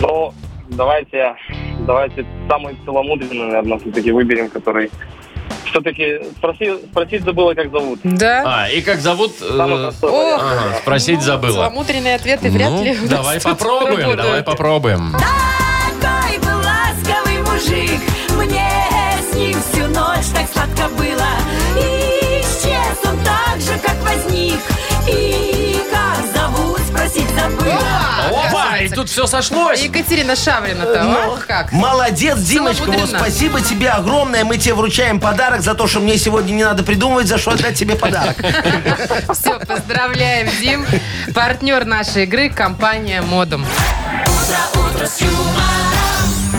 Speaker 6: Но давайте, давайте самый целомудренный, наверное, все-таки выберем, который... Все-таки спроси, спросить забыла, как зовут.
Speaker 2: *laughs*
Speaker 3: Да.
Speaker 2: А, и как зовут? э,
Speaker 6: Самый простой
Speaker 3: Ох.
Speaker 6: вариант.
Speaker 2: ага, Спросить забыла.
Speaker 3: Целомудренные ответы вряд
Speaker 2: А, Ну,
Speaker 3: ли. *laughs* у нас
Speaker 2: давай
Speaker 3: тут
Speaker 2: попробуем, давай
Speaker 3: работают.
Speaker 2: попробуем.
Speaker 7: Такой был ласковый мужик Мне с ним всю ночь так сладко было И исчез он так же, как возник И как зовут, спросить забыла
Speaker 2: Опа, и тут все сошлось.
Speaker 3: Екатерина Шаврина-то, ох как.
Speaker 4: Ну, Молодец, Димочка, вот
Speaker 3: Целомудрена.
Speaker 4: спасибо тебе огромное. Мы тебе вручаем подарок за то, что мне сегодня не надо придумывать, за что отдать тебе подарок.
Speaker 3: Все, поздравляем, Дим. Партнер нашей игры – компания «Модум».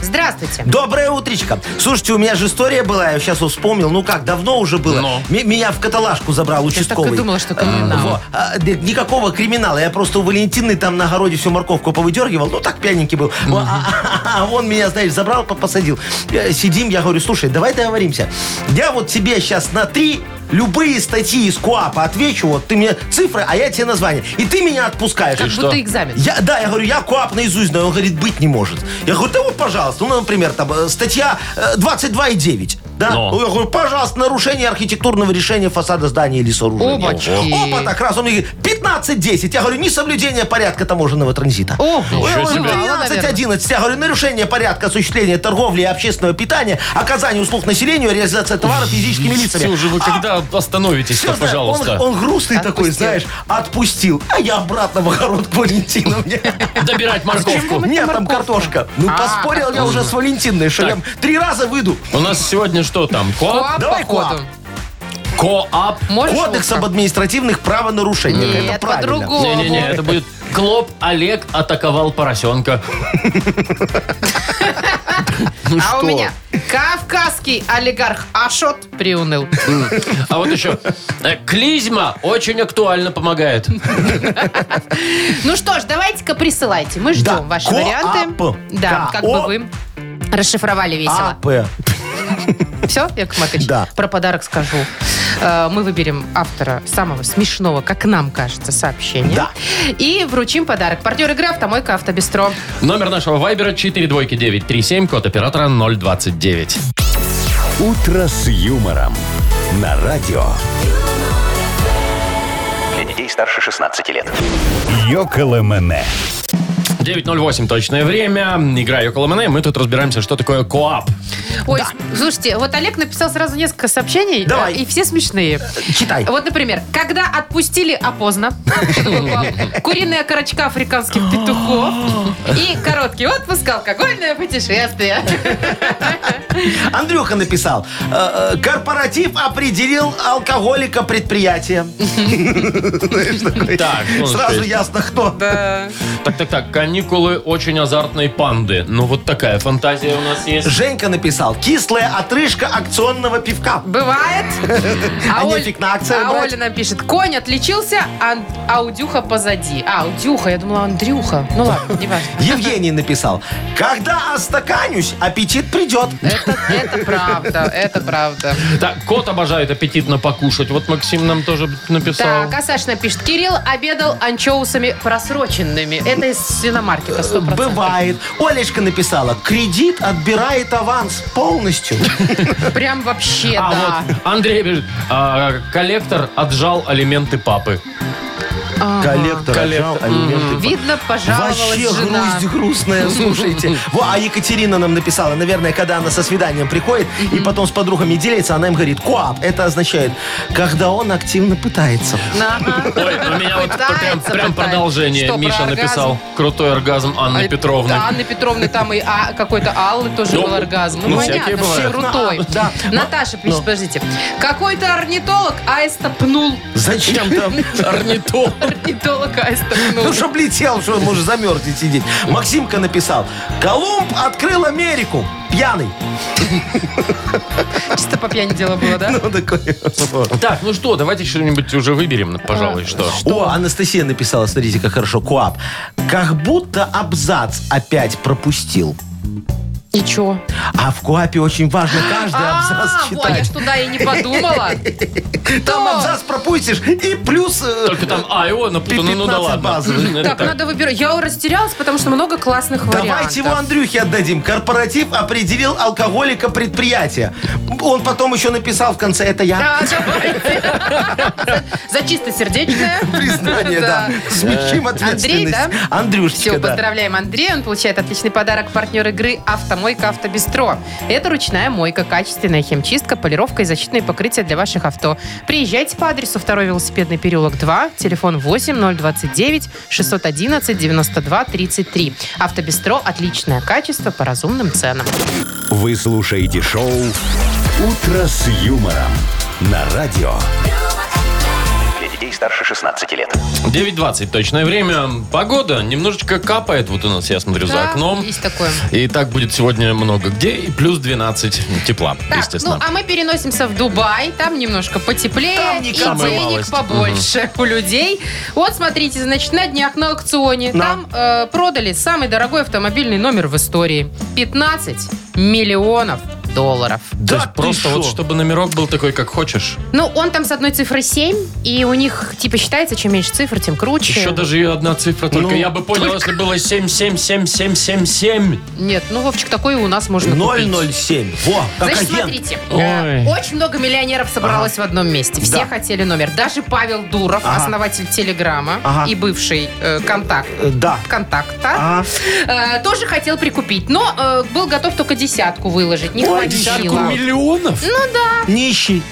Speaker 3: Здравствуйте.
Speaker 4: Доброе утречко. Слушайте, у меня же история была, я сейчас вспомнил, ну как, давно уже было.
Speaker 2: Ну.
Speaker 4: Ме- Меня в каталажку забрал
Speaker 3: Я так
Speaker 4: участковый.
Speaker 3: и думала, что криминал.
Speaker 4: Во. А, да, никакого криминала. Я просто у Валентины там на огороде всю морковку повыдергивал. Ну, так пьяненький был. Во, а- а- а он меня, знаешь, забрал, по- посадил. Э, Сидим, я говорю, слушай, давай договоримся. Я вот тебе сейчас на три любые статьи из КУАПа отвечу. Вот ты мне цифры, а я тебе название. И ты меня отпускаешь.
Speaker 3: Как
Speaker 4: И
Speaker 3: будто экзамен.
Speaker 4: я, да, я говорю, я КОАП наизусть знаю. Он говорит, быть не может. Я говорю, да вот, пожалуйста. Ну, например, там, э, статья э, 22,9. Да?
Speaker 2: Но.
Speaker 4: Ну, Я говорю, пожалуйста, нарушение архитектурного решения фасада здания или сооружения.
Speaker 3: Опачки.
Speaker 4: Опа, так раз. Он мне говорит, 15,10. Я говорю, несоблюдение порядка таможенного транзита.
Speaker 3: О,
Speaker 2: Ничего
Speaker 4: Ой,
Speaker 2: себе.
Speaker 4: он 13.11. Я говорю, нарушение порядка осуществления торговли и общественного питания, оказание услуг населению, реализация товаров физическими лицами.
Speaker 2: Все уже вы когда
Speaker 4: А! Всё,
Speaker 2: остановитесь-то,
Speaker 4: знаешь,
Speaker 2: пожалуйста?
Speaker 4: Он, он грустный такой,
Speaker 3: Отпустил.
Speaker 4: знаешь, отпустил. А я обратно в огород к Валентину.
Speaker 2: Добирать
Speaker 4: А
Speaker 2: морковку.
Speaker 4: Нет, там картошка. Ну,
Speaker 3: А,
Speaker 4: поспорил я уже с Валентиной, что я три раза выйду.
Speaker 2: У нас сегодня что там? Ко-
Speaker 3: Коап
Speaker 4: Давай
Speaker 3: по ходу.
Speaker 2: Коап?
Speaker 3: Можешь
Speaker 4: Кодекс
Speaker 3: ухо?
Speaker 4: об административных правонарушениях.
Speaker 3: Нет,
Speaker 4: Это правильно.
Speaker 3: по-другому.
Speaker 2: Не-не-не, это будет Клоп Олег атаковал поросенка. Ну
Speaker 3: А у
Speaker 2: что?
Speaker 3: меня кавказский олигарх Ашот приуныл.
Speaker 2: А вот еще. э, Клизма очень актуально помогает.
Speaker 3: Ну что ж, давайте-ка присылайте. Мы
Speaker 4: Да.
Speaker 3: ждем ваши
Speaker 4: Коап.
Speaker 3: варианты. Да,
Speaker 4: Ко-
Speaker 3: как бы вы расшифровали весело.
Speaker 4: АП.
Speaker 3: Все, Яков Маркович?
Speaker 4: Да.
Speaker 3: Про подарок скажу. Э, Мы выберем автора самого смешного, как нам кажется, сообщения.
Speaker 4: Да.
Speaker 3: И вручим подарок. Партнер игры «Автомойка Автобестро».
Speaker 2: Номер нашего вайбера 42937, код оператора 029.
Speaker 1: «Утро с юмором» на радио.
Speaker 5: Для детей старше 16 лет.
Speaker 1: Йоколэмэне.
Speaker 2: 9.08 точное время. Играю около МН. Мы тут разбираемся, что такое КОАП.
Speaker 3: Ой, слушайте, вот Олег написал сразу несколько сообщений,
Speaker 4: Давай.
Speaker 3: э, и все смешные.
Speaker 4: Читай.
Speaker 3: Вот, например, когда отпустили, а
Speaker 4: *laughs*
Speaker 3: поздно, куриная корочка африканских
Speaker 4: *laughs*
Speaker 3: петухов и короткий отпуск, алкогольное путешествие.
Speaker 4: Андрюха написал. э, э, Корпоратив определил алкоголика предприятия. Знаешь, такой.
Speaker 2: *laughs*
Speaker 3: А
Speaker 2: Так, ну,
Speaker 4: Сразу
Speaker 2: теперь.
Speaker 4: ясно, кто.
Speaker 2: Так, так, так. Каникулы очень азартной панды. Ну, вот такая фантазия у нас есть.
Speaker 4: Женька написал. Кислая отрыжка акционного пивка.
Speaker 3: Бывает.
Speaker 4: А
Speaker 3: Оль-
Speaker 4: нефиг на акцию
Speaker 3: а
Speaker 4: брать?
Speaker 3: Оля нам пишет, конь отличился, а Аудюха позади. А, Аудюха, я думала, Андрюха. Ну ладно, не важно.
Speaker 4: Евгений написал. Когда остаканюсь, аппетит придет.
Speaker 3: Это, это правда, это правда.
Speaker 2: Так, кот обожает аппетитно покушать. Вот Максим нам тоже написал.
Speaker 3: Так, а Саша напишет, Кирилл обедал анчоусами просроченными. Это из свиномаркета,
Speaker 2: Э,
Speaker 3: 100%.
Speaker 4: Бывает. Олечка написала. Кредит отбирает аванс полностью.
Speaker 3: Прям вообще,
Speaker 2: А
Speaker 3: да.
Speaker 2: вот Андрей пишет, а, коллектор отжал алименты папы.
Speaker 4: Коллектор
Speaker 2: Коллектор.
Speaker 4: отжал алименты.
Speaker 3: Видно, пожаловалась
Speaker 4: Вообще
Speaker 3: жена.
Speaker 4: грусть грустная, слушайте. Во, а Екатерина нам написала, наверное, когда она со свиданием приходит и потом с подругами делится, она им говорит, коап, это означает, когда он активно пытается.
Speaker 3: Ага.
Speaker 2: Ой, у меня вот
Speaker 3: Пытается,
Speaker 2: прям, прям
Speaker 3: пытается.
Speaker 2: продолжение.
Speaker 3: Что, про
Speaker 2: Миша
Speaker 3: оргазм?
Speaker 2: написал крутой оргазм Анны
Speaker 3: А,
Speaker 2: Петровны.
Speaker 3: Да, Анны Петровны там и а, какой-то Аллы тоже
Speaker 2: Ну,
Speaker 3: был оргазм. Ну,
Speaker 2: ну, всякие
Speaker 3: понятно, что
Speaker 2: бывают. Ну, а,
Speaker 3: крутой.
Speaker 4: Да.
Speaker 3: Наташа пишет, подождите. Какой-то орнитолог аиста пнул.
Speaker 4: Зачем
Speaker 3: *laughs*
Speaker 4: там?
Speaker 2: Орнитолог.
Speaker 3: Орнитолог аиста пнул.
Speaker 4: Ну, чтоб летел, что он может замерзнуть сидеть. Максимка написал, Колумб открыл Америку. Пьяный.
Speaker 3: Чисто по пьяни дело было, да?
Speaker 4: Ну, такой.
Speaker 2: Так, ну что, давайте что-нибудь уже выберем, пожалуй, что.
Speaker 4: О, Анастасия написала, смотрите, как хорошо, коап. Как будто абзац опять пропустил.
Speaker 3: И чё?
Speaker 4: А в коапе очень важно каждый
Speaker 3: А,
Speaker 4: абзац
Speaker 3: вот, я
Speaker 4: читать.
Speaker 3: ж туда и не
Speaker 4: *laughs*
Speaker 3: подумала.
Speaker 4: Там
Speaker 3: Да.
Speaker 4: абзац пропустишь и плюс... э,
Speaker 2: Только там А, и О, напутано, ну да
Speaker 4: 15
Speaker 2: ладно. *laughs*
Speaker 4: базовых.
Speaker 2: Это
Speaker 3: Так, надо выбирать. Я растерялась, потому что много классных вариантов. *laughs*
Speaker 4: Давайте его Андрюхе отдадим. Корпоратив определил алкоголика предприятия. Он потом еще написал в конце «это я».
Speaker 3: Да, давайте. *laughs* За чисто сердечное. *laughs*
Speaker 4: Признание, да. Смягчим ответственность.
Speaker 3: Андрей, Все,
Speaker 4: Андрюшечка, да.
Speaker 3: поздравляем Андрея. Он получает отличный подарок партнер игры «Автомойка Автобестро». Это ручная мойка, качественная химчистка, полировка и защитные покрытия для ваших авто. Приезжайте по адресу 2 велосипедный переулок 2, телефон 8029 611 92 33. «Автобестро» – отличное качество по разумным ценам.
Speaker 1: Вы слушаете шоу «Утро с юмором» на радио.
Speaker 5: Для детей старше 16 лет.
Speaker 2: 9.20 точное время. Погода немножечко капает. Вот у нас, я смотрю, за
Speaker 3: Да,
Speaker 2: окном.
Speaker 3: Есть такое.
Speaker 2: И так будет сегодня много где. И плюс 12 тепла,
Speaker 3: Так, ну
Speaker 2: естественно.
Speaker 3: а мы переносимся в Дубай. Там немножко потеплее
Speaker 4: Там
Speaker 3: и
Speaker 4: не
Speaker 3: денег
Speaker 2: самая малость.
Speaker 3: побольше у людей. Вот смотрите, значит, на днях на аукционе там э, продали самый дорогой автомобильный номер в истории. 15 миллионов долларов.
Speaker 2: То
Speaker 4: Да
Speaker 2: есть
Speaker 4: ты
Speaker 2: просто вот,
Speaker 4: шо?
Speaker 2: чтобы номерок был такой, как хочешь.
Speaker 3: Ну, он там с одной цифрой 7, и у них, типа, считается, чем меньше цифр, тем круче.
Speaker 2: Еще даже и одна цифра
Speaker 4: Ну,
Speaker 2: только. Я бы понял, если было 7, 7, 7, 7, 7, 7.
Speaker 3: Нет, ну, Вовчик, такой у нас можно купить.
Speaker 4: 007. Во, как
Speaker 3: Значит,
Speaker 4: агент.
Speaker 3: смотрите, э,
Speaker 2: Ой.
Speaker 3: очень много миллионеров собралось в одном месте. Все
Speaker 4: Да.
Speaker 3: хотели номер. Даже Павел Дуров,
Speaker 4: Ага.
Speaker 3: основатель Телеграма
Speaker 4: Ага.
Speaker 3: и бывший э, контакт.
Speaker 4: Э, Да. А,
Speaker 3: Контакта
Speaker 4: Ага.
Speaker 3: э, тоже хотел прикупить, но э, был готов только десятку выложить. Не Ну,
Speaker 4: Ой,
Speaker 2: Десятку
Speaker 3: хватило.
Speaker 2: миллионов?
Speaker 4: Нищий.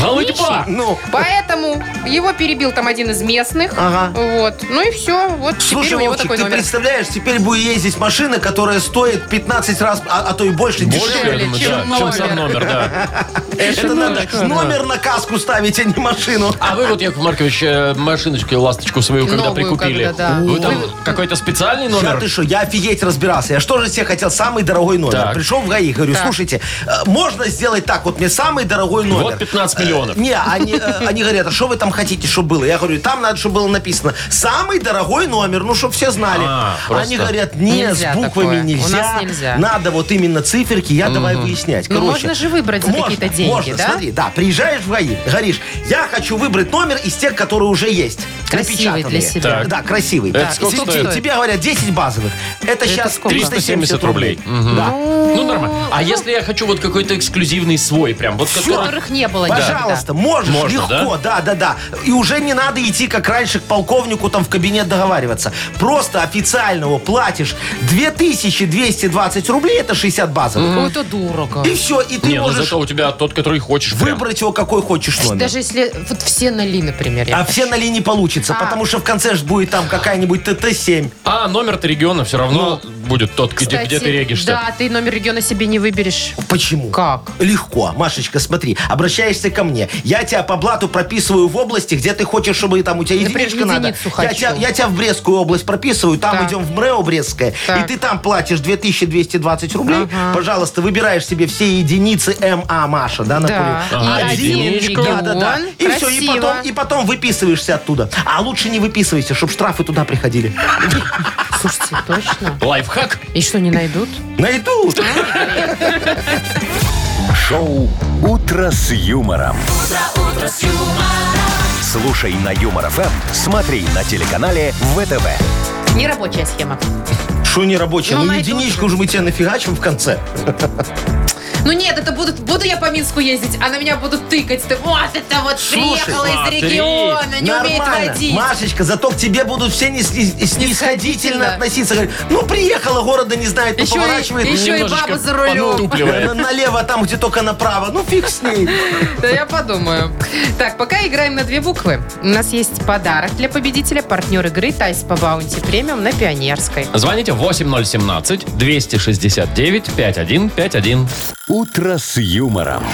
Speaker 2: Голодьба!
Speaker 4: Ну,
Speaker 3: Поэтому его перебил там один из местных.
Speaker 4: Ага.
Speaker 3: Вот. Ну и все. Вот теперь
Speaker 4: слушай,
Speaker 3: у него
Speaker 4: Вовчик,
Speaker 3: такой
Speaker 4: ты
Speaker 3: номер.
Speaker 4: представляешь, теперь будет ездить машина, которая стоит 15 раз, а, а то и больше,
Speaker 2: Больше, я
Speaker 4: дешевле.
Speaker 2: думаю,
Speaker 3: чем
Speaker 2: да, чем сам номер, да.
Speaker 4: Это надо номер на каску ставить, а не машину.
Speaker 2: А вы вот, Яков Маркович, э, машиночку и ласточку свою, когда
Speaker 3: Новую,
Speaker 2: прикупили,
Speaker 3: когда, да.
Speaker 2: вы там
Speaker 3: Вы-
Speaker 2: какой-то специальный
Speaker 4: Ща
Speaker 2: номер?
Speaker 4: ты что, я офигеть разбирался. Я что же себе хотел самый дорогой номер.
Speaker 2: Так.
Speaker 4: Пришел в ГАИ, говорю,
Speaker 3: Так.
Speaker 4: слушайте, э, можно сделать так, вот мне самый дорогой номер.
Speaker 2: Вот 15 миллионов.
Speaker 4: Не, они, э, *laughs* они говорят, а что вы там хотите, чтобы было? Я говорю, там надо, чтобы было написано самый дорогой номер, ну, чтобы все знали.
Speaker 2: А, просто.
Speaker 4: они говорят, не,
Speaker 3: Нельзя
Speaker 4: с буквами
Speaker 3: такое. У
Speaker 4: нельзя.
Speaker 3: нас нельзя».
Speaker 4: Надо вот именно циферки, я давай выяснять.
Speaker 3: Ну,
Speaker 4: Короче,
Speaker 3: можно же выбрать за
Speaker 4: можно,
Speaker 3: какие-то деньги,
Speaker 4: можно.
Speaker 3: да?
Speaker 4: Смотри, да, приезжаешь в ГАИ, говоришь, я хочу выбрать номер из тех, которые уже есть.
Speaker 3: Красивый
Speaker 4: напечатанные.
Speaker 3: для себя.
Speaker 2: Так.
Speaker 4: Да, красивый.
Speaker 2: Это
Speaker 4: Так,
Speaker 2: сколько
Speaker 4: тебе-
Speaker 2: стоит?
Speaker 4: Тебе говорят 10 базовых. Это сейчас
Speaker 3: сколько?
Speaker 2: 370 рублей. Мгм.
Speaker 4: Да.
Speaker 2: Ну, нормально. А если я хочу вот какой-то эксклюзивный свой прям, вот который...
Speaker 3: Которых не было никогда.
Speaker 4: Пожалуйста, можешь
Speaker 2: Можно,
Speaker 4: легко, да? да, да, И уже не надо идти, как раньше, к полковнику там в кабинет договариваться. Просто официально его платишь 2220 рублей, это 60 базовых.
Speaker 3: Какой-то дорого.
Speaker 4: И все, и ты
Speaker 2: Не, ну
Speaker 4: можешь
Speaker 2: зато у тебя тот, который хочешь прям.
Speaker 4: выбрать его какой хочешь номер.
Speaker 3: Даже если вот все нали, например. я
Speaker 4: А все на линии получится,
Speaker 3: А.
Speaker 4: потому что в конце ж будет там какая-нибудь ТТ-7.
Speaker 2: А номер-то региона все равно будет тот, где,
Speaker 3: Кстати,
Speaker 2: где ты регишься.
Speaker 3: Да, ты номер региона себе не выберешь.
Speaker 4: Почему?
Speaker 3: Как?
Speaker 4: Легко. Машечка, смотри, обращаешься ко мне. Я тебя по блату прописываю в области, где ты хочешь, чтобы там у тебя
Speaker 3: Например,
Speaker 4: единичка надо.
Speaker 3: единицу
Speaker 4: Я
Speaker 3: хочу.
Speaker 4: тебя, я тебя в Брестскую область прописываю, там
Speaker 3: Так.
Speaker 4: идем в МРЭО Брестское,
Speaker 3: Так.
Speaker 4: и ты там платишь 2220 рублей.
Speaker 3: Ага.
Speaker 4: Пожалуйста, выбираешь себе все единицы МА Маша, да, на
Speaker 3: Да.
Speaker 4: полю.
Speaker 2: А,
Speaker 3: И один
Speaker 2: единичку.
Speaker 3: регион.
Speaker 4: Да, да, да. И
Speaker 3: Красиво.
Speaker 4: все, и потом, и потом выписываешься оттуда. А лучше не выписывайся, чтобы штрафы туда приходили.
Speaker 3: Слушайте, точно?
Speaker 2: Лайфхак.
Speaker 3: И что, не найдут?
Speaker 4: Найдут.
Speaker 1: Шоу «Утро с юмором». Слушай на Юмор ФМ, смотри на телеканале ВТВ.
Speaker 3: Нерабочая схема.
Speaker 4: Что не рабочая?
Speaker 3: Ну,
Speaker 4: Ну,
Speaker 3: найдут
Speaker 4: единичку уже мы тебе нафигачим в конце.
Speaker 3: Ну нет, это будут, буду я по Минску ездить, а на меня будут тыкать. Ты, вот это вот
Speaker 4: Слушай,
Speaker 3: приехала из
Speaker 2: смотри,
Speaker 3: региона, не умеет
Speaker 4: Нормально.
Speaker 3: водить.
Speaker 4: Машечка, зато к тебе будут все несли-
Speaker 3: Снисходительно.
Speaker 4: снисходительно относиться. Говорят, ну, приехала, города не знает, ну,
Speaker 3: Еще и-
Speaker 4: поворачивает.
Speaker 3: еще и
Speaker 2: немножечко
Speaker 3: баба за рулем.
Speaker 2: понутупливает.
Speaker 4: на- Налево, а там, где только направо. Ну, фиг с ней.
Speaker 3: Да я подумаю. Так, пока играем на две буквы. У нас есть подарок для победителя, партнер игры Тайс по Баунти Премиум на Пионерской.
Speaker 2: Звоните 8017-269-5151.
Speaker 1: «Утро с юмором».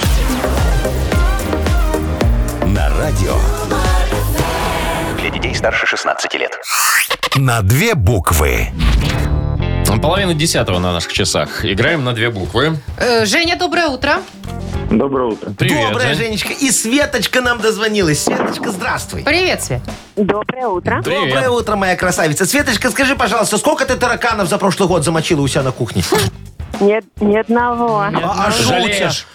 Speaker 1: На радио.
Speaker 5: Для детей старше 16 лет.
Speaker 1: На две буквы.
Speaker 2: Половина десятого на наших часах. Играем на две буквы.
Speaker 3: Э, Женя, доброе утро.
Speaker 9: Доброе утро.
Speaker 2: Привет,
Speaker 4: Добрая,
Speaker 2: Жень.
Speaker 4: Женечка. И Светочка нам дозвонилась. Светочка, здравствуй.
Speaker 3: Привет, Свет.
Speaker 8: Доброе утро.
Speaker 2: Привет.
Speaker 4: Доброе утро, моя красавица. Светочка, скажи, пожалуйста, сколько ты тараканов за прошлый год замочила у себя на кухне?
Speaker 8: Нет, ни одного.
Speaker 4: А что у тебя?
Speaker 2: Жалеешь?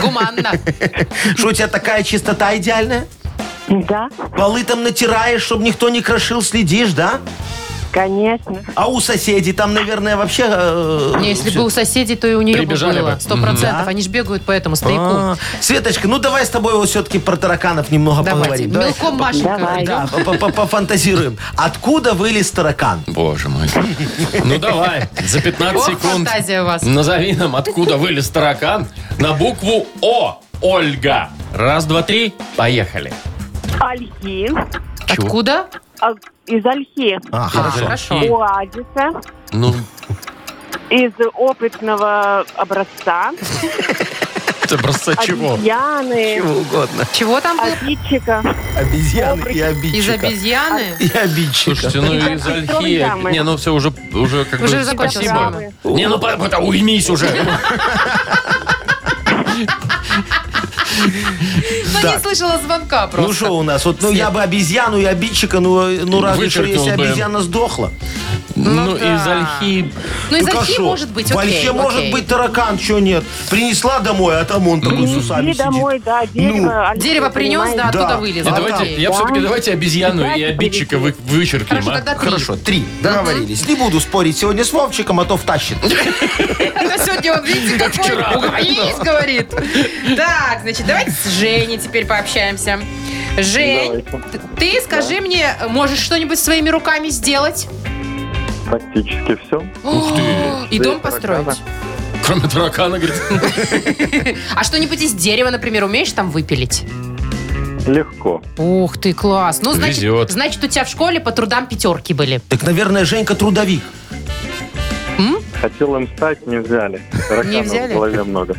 Speaker 3: Гуманно.
Speaker 4: Что у тебя такая чистота идеальная?
Speaker 8: Да,
Speaker 4: Полы там натираешь, чтобы никто не крошил, следишь, да?
Speaker 8: конечно.
Speaker 4: А у соседей там, наверное, вообще... э,
Speaker 3: Не, если
Speaker 4: всё.
Speaker 3: бы у соседей, то и у нее бы
Speaker 2: Прибежали
Speaker 3: было.
Speaker 2: бы.
Speaker 3: Сто процентов. Они ж бегают по этому стояку.
Speaker 4: А, Светочка, ну давай с тобой вот все-таки про тараканов немного
Speaker 3: Давайте.
Speaker 4: поговорим. Давай.
Speaker 3: Мелком Машенька.
Speaker 8: Давай.
Speaker 4: Да, по- по- пофантазируем. Откуда вылез таракан?
Speaker 2: Боже мой. Ну давай, за 15
Speaker 3: Ох,
Speaker 2: секунд.
Speaker 3: фантазия у вас.
Speaker 2: Назови нам, откуда вылез таракан на букву О. Ольга. Раз, два, три. Поехали.
Speaker 8: Ольхи.
Speaker 2: Чего?
Speaker 3: Откуда?
Speaker 8: А, Из Ольхи.
Speaker 4: А, хорошо.
Speaker 2: И-
Speaker 8: Оазиса.
Speaker 2: Ну,
Speaker 8: Из опытного образца.
Speaker 2: это просто чего?
Speaker 8: Обезьяны.
Speaker 4: Чего угодно.
Speaker 3: Чего там было?
Speaker 8: Обидчика.
Speaker 4: Обезьяны и
Speaker 3: Из
Speaker 4: обидчика.
Speaker 3: обезьяны?
Speaker 4: И обидчика.
Speaker 2: Слушайте, ну из Ольхи.
Speaker 8: Программы.
Speaker 2: Не, ну все, уже, уже как
Speaker 3: Уже
Speaker 2: бы...
Speaker 3: закончилась
Speaker 2: Спасибо.
Speaker 8: программа.
Speaker 2: Не, ну по- по- уймись уже.
Speaker 3: Ну, не слышала звонка
Speaker 4: Ну
Speaker 3: просто.
Speaker 4: что у нас? Вот, ну я бы обезьяну и обидчика, ну, э, ну разве что
Speaker 2: Вычеркнул
Speaker 4: если
Speaker 2: бы.
Speaker 4: обезьяна сдохла.
Speaker 2: Ну,
Speaker 3: да.
Speaker 2: из Ольхи...
Speaker 3: Ну, из
Speaker 4: Так а
Speaker 3: Ольхи
Speaker 4: шо?
Speaker 3: может быть,
Speaker 4: В
Speaker 3: окей.
Speaker 4: Ольхе может
Speaker 3: окей.
Speaker 4: быть таракан, что нет? Принесла домой, а там он такой с усами
Speaker 8: Иди
Speaker 4: сидит.
Speaker 8: домой,
Speaker 9: Ну,
Speaker 8: да, дерево. Ольхи,
Speaker 3: Дерево принес, да,
Speaker 8: понимаете?
Speaker 3: оттуда
Speaker 4: Да.
Speaker 3: вылез.
Speaker 2: А
Speaker 4: Да,
Speaker 2: давайте,
Speaker 3: Окей.
Speaker 2: я
Speaker 8: да.
Speaker 2: все-таки давайте обезьяну и обидчика вы- вычеркнем,
Speaker 3: Хорошо,
Speaker 2: а?
Speaker 3: тогда три. *laughs*
Speaker 4: Хорошо, три. Договорились. Не буду спорить сегодня с Вовчиком, а то втащит.
Speaker 3: Это сегодня, вот видите,
Speaker 2: вчера.
Speaker 3: какой угомонись, говорит. Так, значит, давайте с Женей теперь пообщаемся. Жень, т- ты скажи мне, можешь что-нибудь своими руками сделать?
Speaker 9: Практически все.
Speaker 3: Ух ты. *gasps* И дом построить.
Speaker 2: Кроме таракана, говорит.
Speaker 3: А что-нибудь из дерева, например, умеешь там выпилить?
Speaker 9: Легко.
Speaker 3: Ух ты, класс. Ну, значит,
Speaker 2: Везет.
Speaker 3: значит, у тебя в школе по трудам пятерки были.
Speaker 4: Так, наверное, Женька трудовик.
Speaker 9: Хотел им стать, не взяли. Тараканов
Speaker 3: взяли?
Speaker 9: в голове много.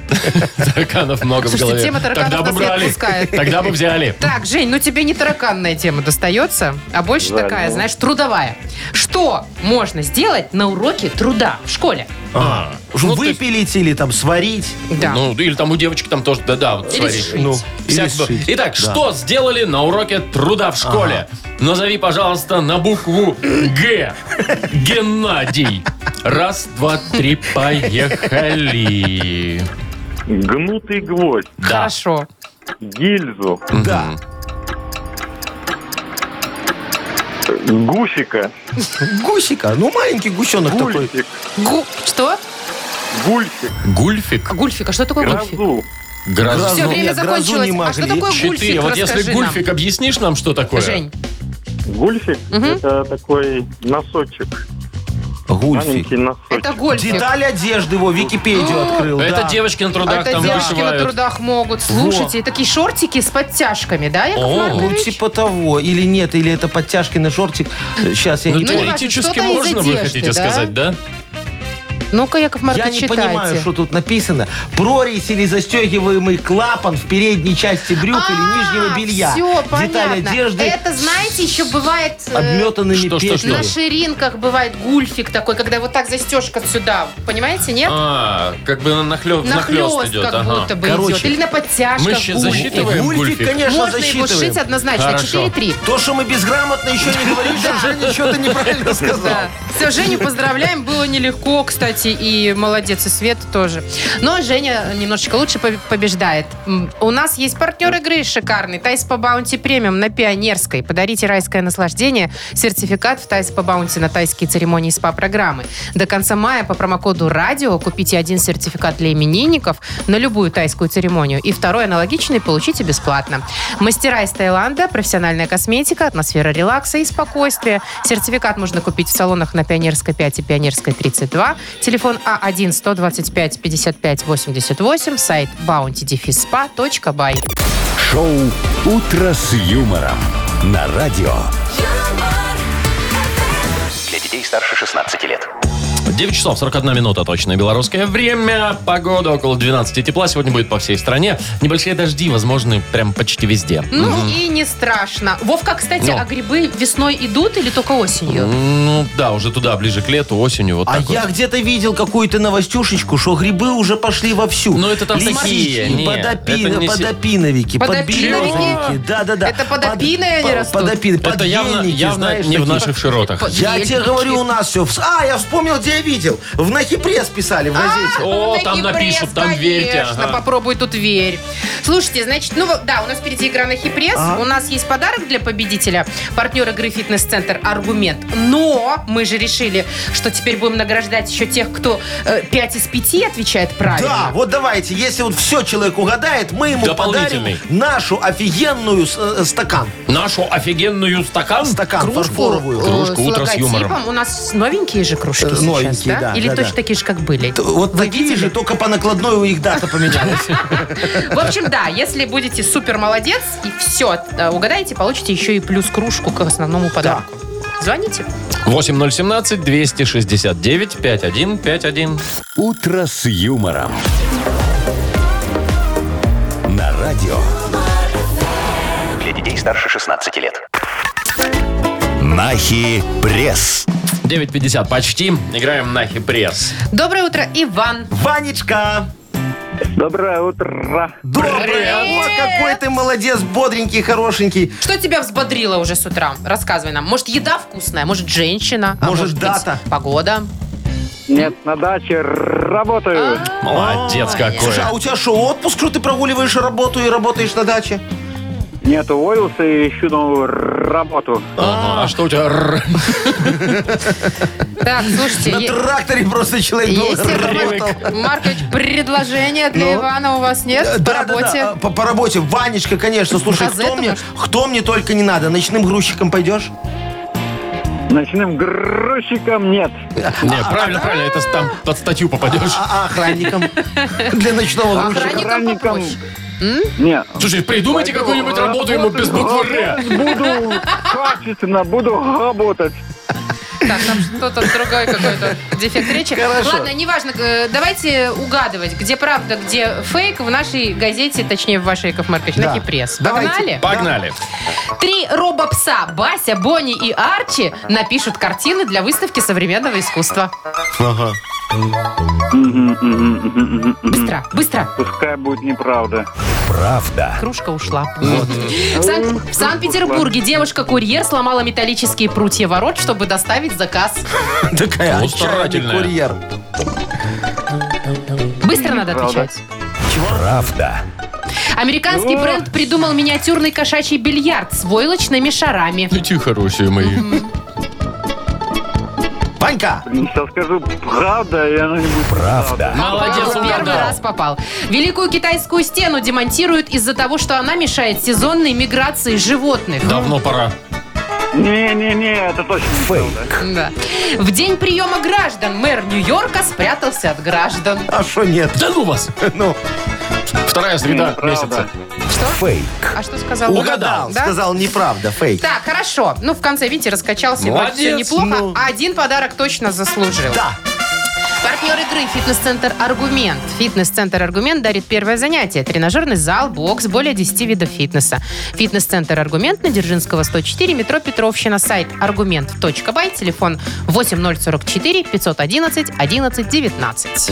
Speaker 2: Тараканов много в
Speaker 3: Слушайте,
Speaker 2: голове.
Speaker 3: тема тараканов
Speaker 2: Тогда бы
Speaker 3: нас не
Speaker 2: брали.
Speaker 3: отпускает.
Speaker 2: Тогда бы взяли.
Speaker 3: Так, Жень, ну тебе не тараканная тема достается, а больше
Speaker 9: Жаль,
Speaker 3: такая,
Speaker 9: ну.
Speaker 3: знаешь, трудовая. Что можно сделать на уроке труда в школе?
Speaker 2: А,
Speaker 4: Что,
Speaker 2: ну, то есть-
Speaker 4: выпилить или там сварить.
Speaker 3: Да.
Speaker 2: Ну, или там у девочки там тоже, да-да, вот
Speaker 3: Или
Speaker 2: смотри. ну,
Speaker 3: сшить.
Speaker 2: Всяк
Speaker 4: или
Speaker 2: бы-
Speaker 4: сшить.
Speaker 2: Итак,
Speaker 4: Да.
Speaker 2: что сделали на уроке труда в школе? Назови, пожалуйста, на букву Г. Геннадий. Раз, два, три, поехали.
Speaker 9: Гнутый гвоздь,
Speaker 2: Да.
Speaker 3: Хорошо.
Speaker 9: гильзу,
Speaker 4: Да.
Speaker 9: Гусика.
Speaker 4: Гусика. Ну, маленький гусенок такой.
Speaker 9: Гульфик.
Speaker 3: Гу- Что?
Speaker 9: Гульфик.
Speaker 2: Гульфик?
Speaker 3: Гульфик. А что такое гульфик?
Speaker 9: Грозу.
Speaker 2: Грозу.
Speaker 3: Все, время
Speaker 4: Нет, грозу
Speaker 3: закончилось.
Speaker 4: не
Speaker 3: А что
Speaker 4: могли.
Speaker 3: такое
Speaker 2: Четыре.
Speaker 3: гульфик?
Speaker 2: Вот если
Speaker 3: Расскажи
Speaker 2: гульфик, объяснишь нам, что такое?
Speaker 3: нам. Жень,
Speaker 9: Гульфик
Speaker 3: Мгм.
Speaker 9: это такой носочек.
Speaker 4: Гульфик.
Speaker 9: Маленький носочек.
Speaker 3: это гольфик.
Speaker 4: Деталь одежды его, Википедию открыл.
Speaker 2: Это
Speaker 4: да.
Speaker 2: девочки на
Speaker 3: А
Speaker 2: трудах
Speaker 3: Это
Speaker 2: там
Speaker 3: девушки на
Speaker 2: вышивают.
Speaker 3: трудах могут. Слушайте, такие шортики с подтяжками, да, Яков
Speaker 2: О.
Speaker 4: Ну,
Speaker 3: Маркович?
Speaker 4: типа того. Или нет, или это подтяжки на шортик. Сейчас я
Speaker 2: Ну,
Speaker 4: не
Speaker 3: Ну, не важно,
Speaker 2: теоретически
Speaker 3: что-то из
Speaker 2: можно, вы
Speaker 3: одежды,
Speaker 2: хотите
Speaker 3: да?
Speaker 2: сказать, да?
Speaker 3: Ну-ка, Яков
Speaker 4: Я
Speaker 3: Маркович,
Speaker 4: не
Speaker 3: читайте.
Speaker 4: понимаю, что тут написано. Прорезь или застегиваемый клапан в передней части брюк или нижнего белья.
Speaker 3: Все,
Speaker 4: Деталь
Speaker 3: А, понятно.
Speaker 4: одежды
Speaker 3: Это, знаете, еще бывает...
Speaker 4: с
Speaker 3: э,
Speaker 4: обметанными
Speaker 2: Что, что, что?
Speaker 4: петлями.
Speaker 3: На ширинках бывает гульфик такой, когда вот так застежка сюда, понимаете, нет?
Speaker 2: А, как бы нахлёст, нахлёст
Speaker 3: Нахлёст
Speaker 2: идет.
Speaker 3: как
Speaker 2: ага.
Speaker 3: будто бы
Speaker 4: Короче,
Speaker 3: идет. Или на подтяжках
Speaker 2: мы щи-
Speaker 3: гульфик.
Speaker 2: Ну, засчитываем?
Speaker 4: Э, Гульфик,
Speaker 2: Гульфик.
Speaker 4: конечно,
Speaker 3: Можно его
Speaker 4: засчитываем.
Speaker 3: сшить однозначно.
Speaker 2: Хорошо.
Speaker 3: 4-3.
Speaker 4: То, что мы безграмотно, еще не
Speaker 3: *laughs*
Speaker 4: говорит, что Женя что-то неправильно сказал.
Speaker 3: Все, Женю поздравляем. Было нелегко, кстати, и молодец, и Свет тоже. Но Женя немножечко лучше поб- побеждает. М, У нас есть партнер игры шикарный. Тайс по баунти премиум на Пионерской. Подарите райское наслаждение. Сертификат в Тайс по баунти на тайские церемонии СПА-программы. До конца мая по промокоду РАДИО купите один сертификат для именинников на любую тайскую церемонию и второй аналогичный получите бесплатно. Мастера из Таиланда, профессиональная косметика, атмосфера релакса и спокойствия. Сертификат можно купить в салонах на Пионерской 5 и Пионерской 32. Телефон А А1-125-55-88, сайт bountydefisspa.by.
Speaker 1: Шоу «Утро с юмором» на радио.
Speaker 7: юмор,
Speaker 5: Для детей старше 16 лет.
Speaker 2: 9 часов 41 минута точное белорусское время. Погода около 12 тепла. Сегодня будет по всей стране. Небольшие дожди, возможны прям почти везде.
Speaker 3: Ну и не страшно. Вовка, кстати,
Speaker 2: Ну.
Speaker 3: а грибы весной идут или только осенью?
Speaker 2: Ну да, уже туда, ближе к лету, осенью, вот
Speaker 4: А
Speaker 2: так вот.
Speaker 4: я где-то видел какую-то новостюшечку, что грибы уже пошли вовсю.
Speaker 2: Ну, это там такие, не,
Speaker 4: подопи-
Speaker 2: это не се-
Speaker 4: подопиновики,
Speaker 3: Подопиновики?
Speaker 4: подберезовики. Да-да-да.
Speaker 3: Это подопины они растут?
Speaker 4: Подопины,
Speaker 2: Это явно,
Speaker 4: подельники,
Speaker 2: явно
Speaker 4: знаешь,
Speaker 2: не в
Speaker 4: такие.
Speaker 2: наших широтах.
Speaker 3: Под-
Speaker 4: Я тебе
Speaker 3: Подельники.
Speaker 4: говорю, у нас все... А, я вспомнил, где я видел. В Нахипресс писали в газете.
Speaker 2: О,
Speaker 3: Ну,
Speaker 2: там
Speaker 3: Нахи
Speaker 2: напишут,
Speaker 3: пресс,
Speaker 2: там верьте.
Speaker 3: Конечно,
Speaker 2: ага.
Speaker 3: попробуй тут верь. Слушайте, значит, ну да, у нас впереди игра на хипресс.
Speaker 4: Ага.
Speaker 3: У нас есть подарок для победителя. Партнер игры «Фитнес-центр Аргумент». Но мы же решили, что теперь будем награждать еще тех, кто 5 из 5 отвечает правильно.
Speaker 4: Да, вот давайте, если вот все человек угадает, мы ему
Speaker 2: Дополнительный.
Speaker 4: подарим нашу офигенную с- э, стакан.
Speaker 2: Нашу офигенную стакан.
Speaker 4: Стакан фарфоровую.
Speaker 3: Э,
Speaker 2: Кружка «Утро с юмором».
Speaker 3: У нас новенькие же кружки
Speaker 4: Э,
Speaker 3: сейчас,
Speaker 4: новенькие, да,
Speaker 3: Или
Speaker 4: да,
Speaker 3: точно
Speaker 4: да.
Speaker 3: такие же, как были?
Speaker 4: Т- Вот такие же, только по накладной у их дата поменялась.
Speaker 3: В общем, да, если будете супер молодец и все угадаете, получите еще и плюс кружку к основному подарку. Звоните.
Speaker 2: 8017 269 5151.
Speaker 1: «Утро с юмором». На радио.
Speaker 5: Для детей старше 16 лет.
Speaker 1: Нахи пресс.
Speaker 2: 950 почти. Играем на хипресс.
Speaker 3: Доброе утро, Иван.
Speaker 4: Ванечка!
Speaker 9: Доброе утро.
Speaker 4: Доброе! О, какой ты молодец, бодренький, хорошенький.
Speaker 3: Что тебя взбодрило уже с утра? Рассказывай нам. Может, еда вкусная, может, женщина, а
Speaker 4: Может,
Speaker 3: быть,
Speaker 4: дата.
Speaker 3: погода.
Speaker 9: Нет, на даче работаю.
Speaker 2: Молодец какой.
Speaker 4: Слушай, а у тебя что, отпуск, что ты прогуливаешь работу и работаешь на даче?
Speaker 9: Нет, уволился и ищу новую работу.
Speaker 2: Ага, а что у тебя? Р-
Speaker 3: Так, слушайте,
Speaker 4: На
Speaker 3: е-
Speaker 4: тракторе просто человек долго
Speaker 3: есть, Яков
Speaker 4: работал.
Speaker 3: Марк- Маркович, предложение для
Speaker 4: Ну?
Speaker 3: Ивана у вас нет
Speaker 4: Э,
Speaker 3: по
Speaker 4: *laughs* да, да,
Speaker 3: работе?
Speaker 4: да, по, по работе. Ванечка, конечно, слушай,
Speaker 3: Газету,
Speaker 4: кто мне,
Speaker 3: может?
Speaker 4: кто мне только не надо, ночным грузчиком пойдешь?
Speaker 9: Ночным грузчиком нет.
Speaker 2: Не, правильно, правильно, это с- там под статью попадешь.
Speaker 4: А, а охранником
Speaker 3: *laughs*
Speaker 4: для ночного грузчика.
Speaker 3: Охранником
Speaker 9: Охранником
Speaker 3: попроще.
Speaker 9: нет.
Speaker 2: Слушай, придумайте какую-нибудь работу ему без буквы Р.
Speaker 9: Буду качественно, буду работать.
Speaker 3: Так, там что-то другой какой-то дефект речи.
Speaker 4: Хорошо.
Speaker 3: Ладно, неважно, э, давайте угадывать, где правда, где фейк в нашей газете, точнее в вашей, Яков Маркович,
Speaker 4: Да.
Speaker 3: на Кипресс.
Speaker 4: Давайте.
Speaker 3: Погнали?
Speaker 2: Погнали.
Speaker 3: Три робопса Бася, Бонни и Арчи напишут картины для выставки современного искусства.
Speaker 9: Мгм, мгм, мгм, мгм, мгм.
Speaker 3: Быстро, быстро.
Speaker 9: Пускай будет неправда.
Speaker 1: Правда.
Speaker 3: Кружка ушла. Вот. В, Сан- в Санкт-Петербурге девушка-курьер сломала металлические прутья ворот, чтобы доставить заказ.
Speaker 4: Такая
Speaker 2: Вот старательная.
Speaker 4: отчаянный курьер.
Speaker 3: Быстро надо
Speaker 9: Правда.
Speaker 3: отвечать.
Speaker 1: Правда.
Speaker 3: Американский
Speaker 9: О.
Speaker 3: бренд придумал миниатюрный кошачий бильярд с войлочными шарами.
Speaker 2: Эти хорошие мои.
Speaker 4: Ванька!
Speaker 9: Сейчас скажу, правда, и она не будет.
Speaker 1: Правда.
Speaker 2: Молодец,
Speaker 3: Попал,
Speaker 2: угадал.
Speaker 3: Первый раз попал. Великую китайскую стену демонтируют из-за того, что она мешает сезонной миграции животных.
Speaker 2: Давно пора.
Speaker 9: Не-не-не, это точно не правда.
Speaker 3: Да. В день приема граждан мэр Нью-Йорка спрятался от граждан.
Speaker 4: А что нет? *laughs*
Speaker 2: Да ну вас!
Speaker 4: Ну,
Speaker 2: Вторая среда
Speaker 9: Неправда.
Speaker 2: месяца.
Speaker 3: А что сказал?
Speaker 4: угадал.
Speaker 3: Да?
Speaker 4: Сказал неправда, фейк.
Speaker 3: Так, хорошо. Ну, в конце, видите, раскачался.
Speaker 2: Молодец,
Speaker 3: все неплохо.
Speaker 4: ну.
Speaker 3: А один подарок точно заслужил.
Speaker 4: Да.
Speaker 3: Партнер игры «Фитнес-центр Аргумент». «Фитнес-центр Аргумент» дарит первое занятие. Тренажерный зал, бокс, более 10 видов фитнеса. «Фитнес-центр Аргумент» на Дзержинского, 104, метро Петровщина, сайт argument.by, телефон 8044 511 11 19.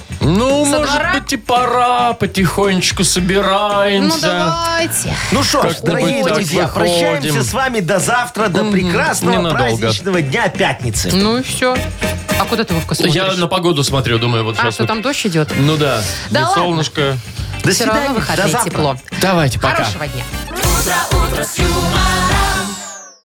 Speaker 2: Ну,
Speaker 3: Со
Speaker 2: может
Speaker 3: двора?
Speaker 2: быть, и пора. Потихонечку собираемся.
Speaker 3: Ну, давайте.
Speaker 4: Ну что ж,
Speaker 2: Как-то
Speaker 4: дорогие
Speaker 2: мы так
Speaker 4: друзья,
Speaker 2: выходим.
Speaker 4: прощаемся с вами до завтра, до
Speaker 2: Мгм,
Speaker 4: прекрасного
Speaker 2: ненадолго.
Speaker 4: праздничного дня пятницы.
Speaker 3: Ну и все. А куда ты, Вовка, смотришь?
Speaker 2: Я на погоду смотрю, думаю, вот
Speaker 3: А,
Speaker 2: сейчас.
Speaker 3: что
Speaker 2: вот.
Speaker 3: там дождь идет?
Speaker 2: Ну да,
Speaker 3: Да
Speaker 2: Нет,
Speaker 3: ладно.
Speaker 2: солнышко.
Speaker 4: До
Speaker 3: Все равно
Speaker 4: свидания, до
Speaker 3: выходные
Speaker 4: завтра.
Speaker 3: тепло.
Speaker 2: Давайте, пока.
Speaker 3: Хорошего дня.
Speaker 7: Утро, утро с юмором.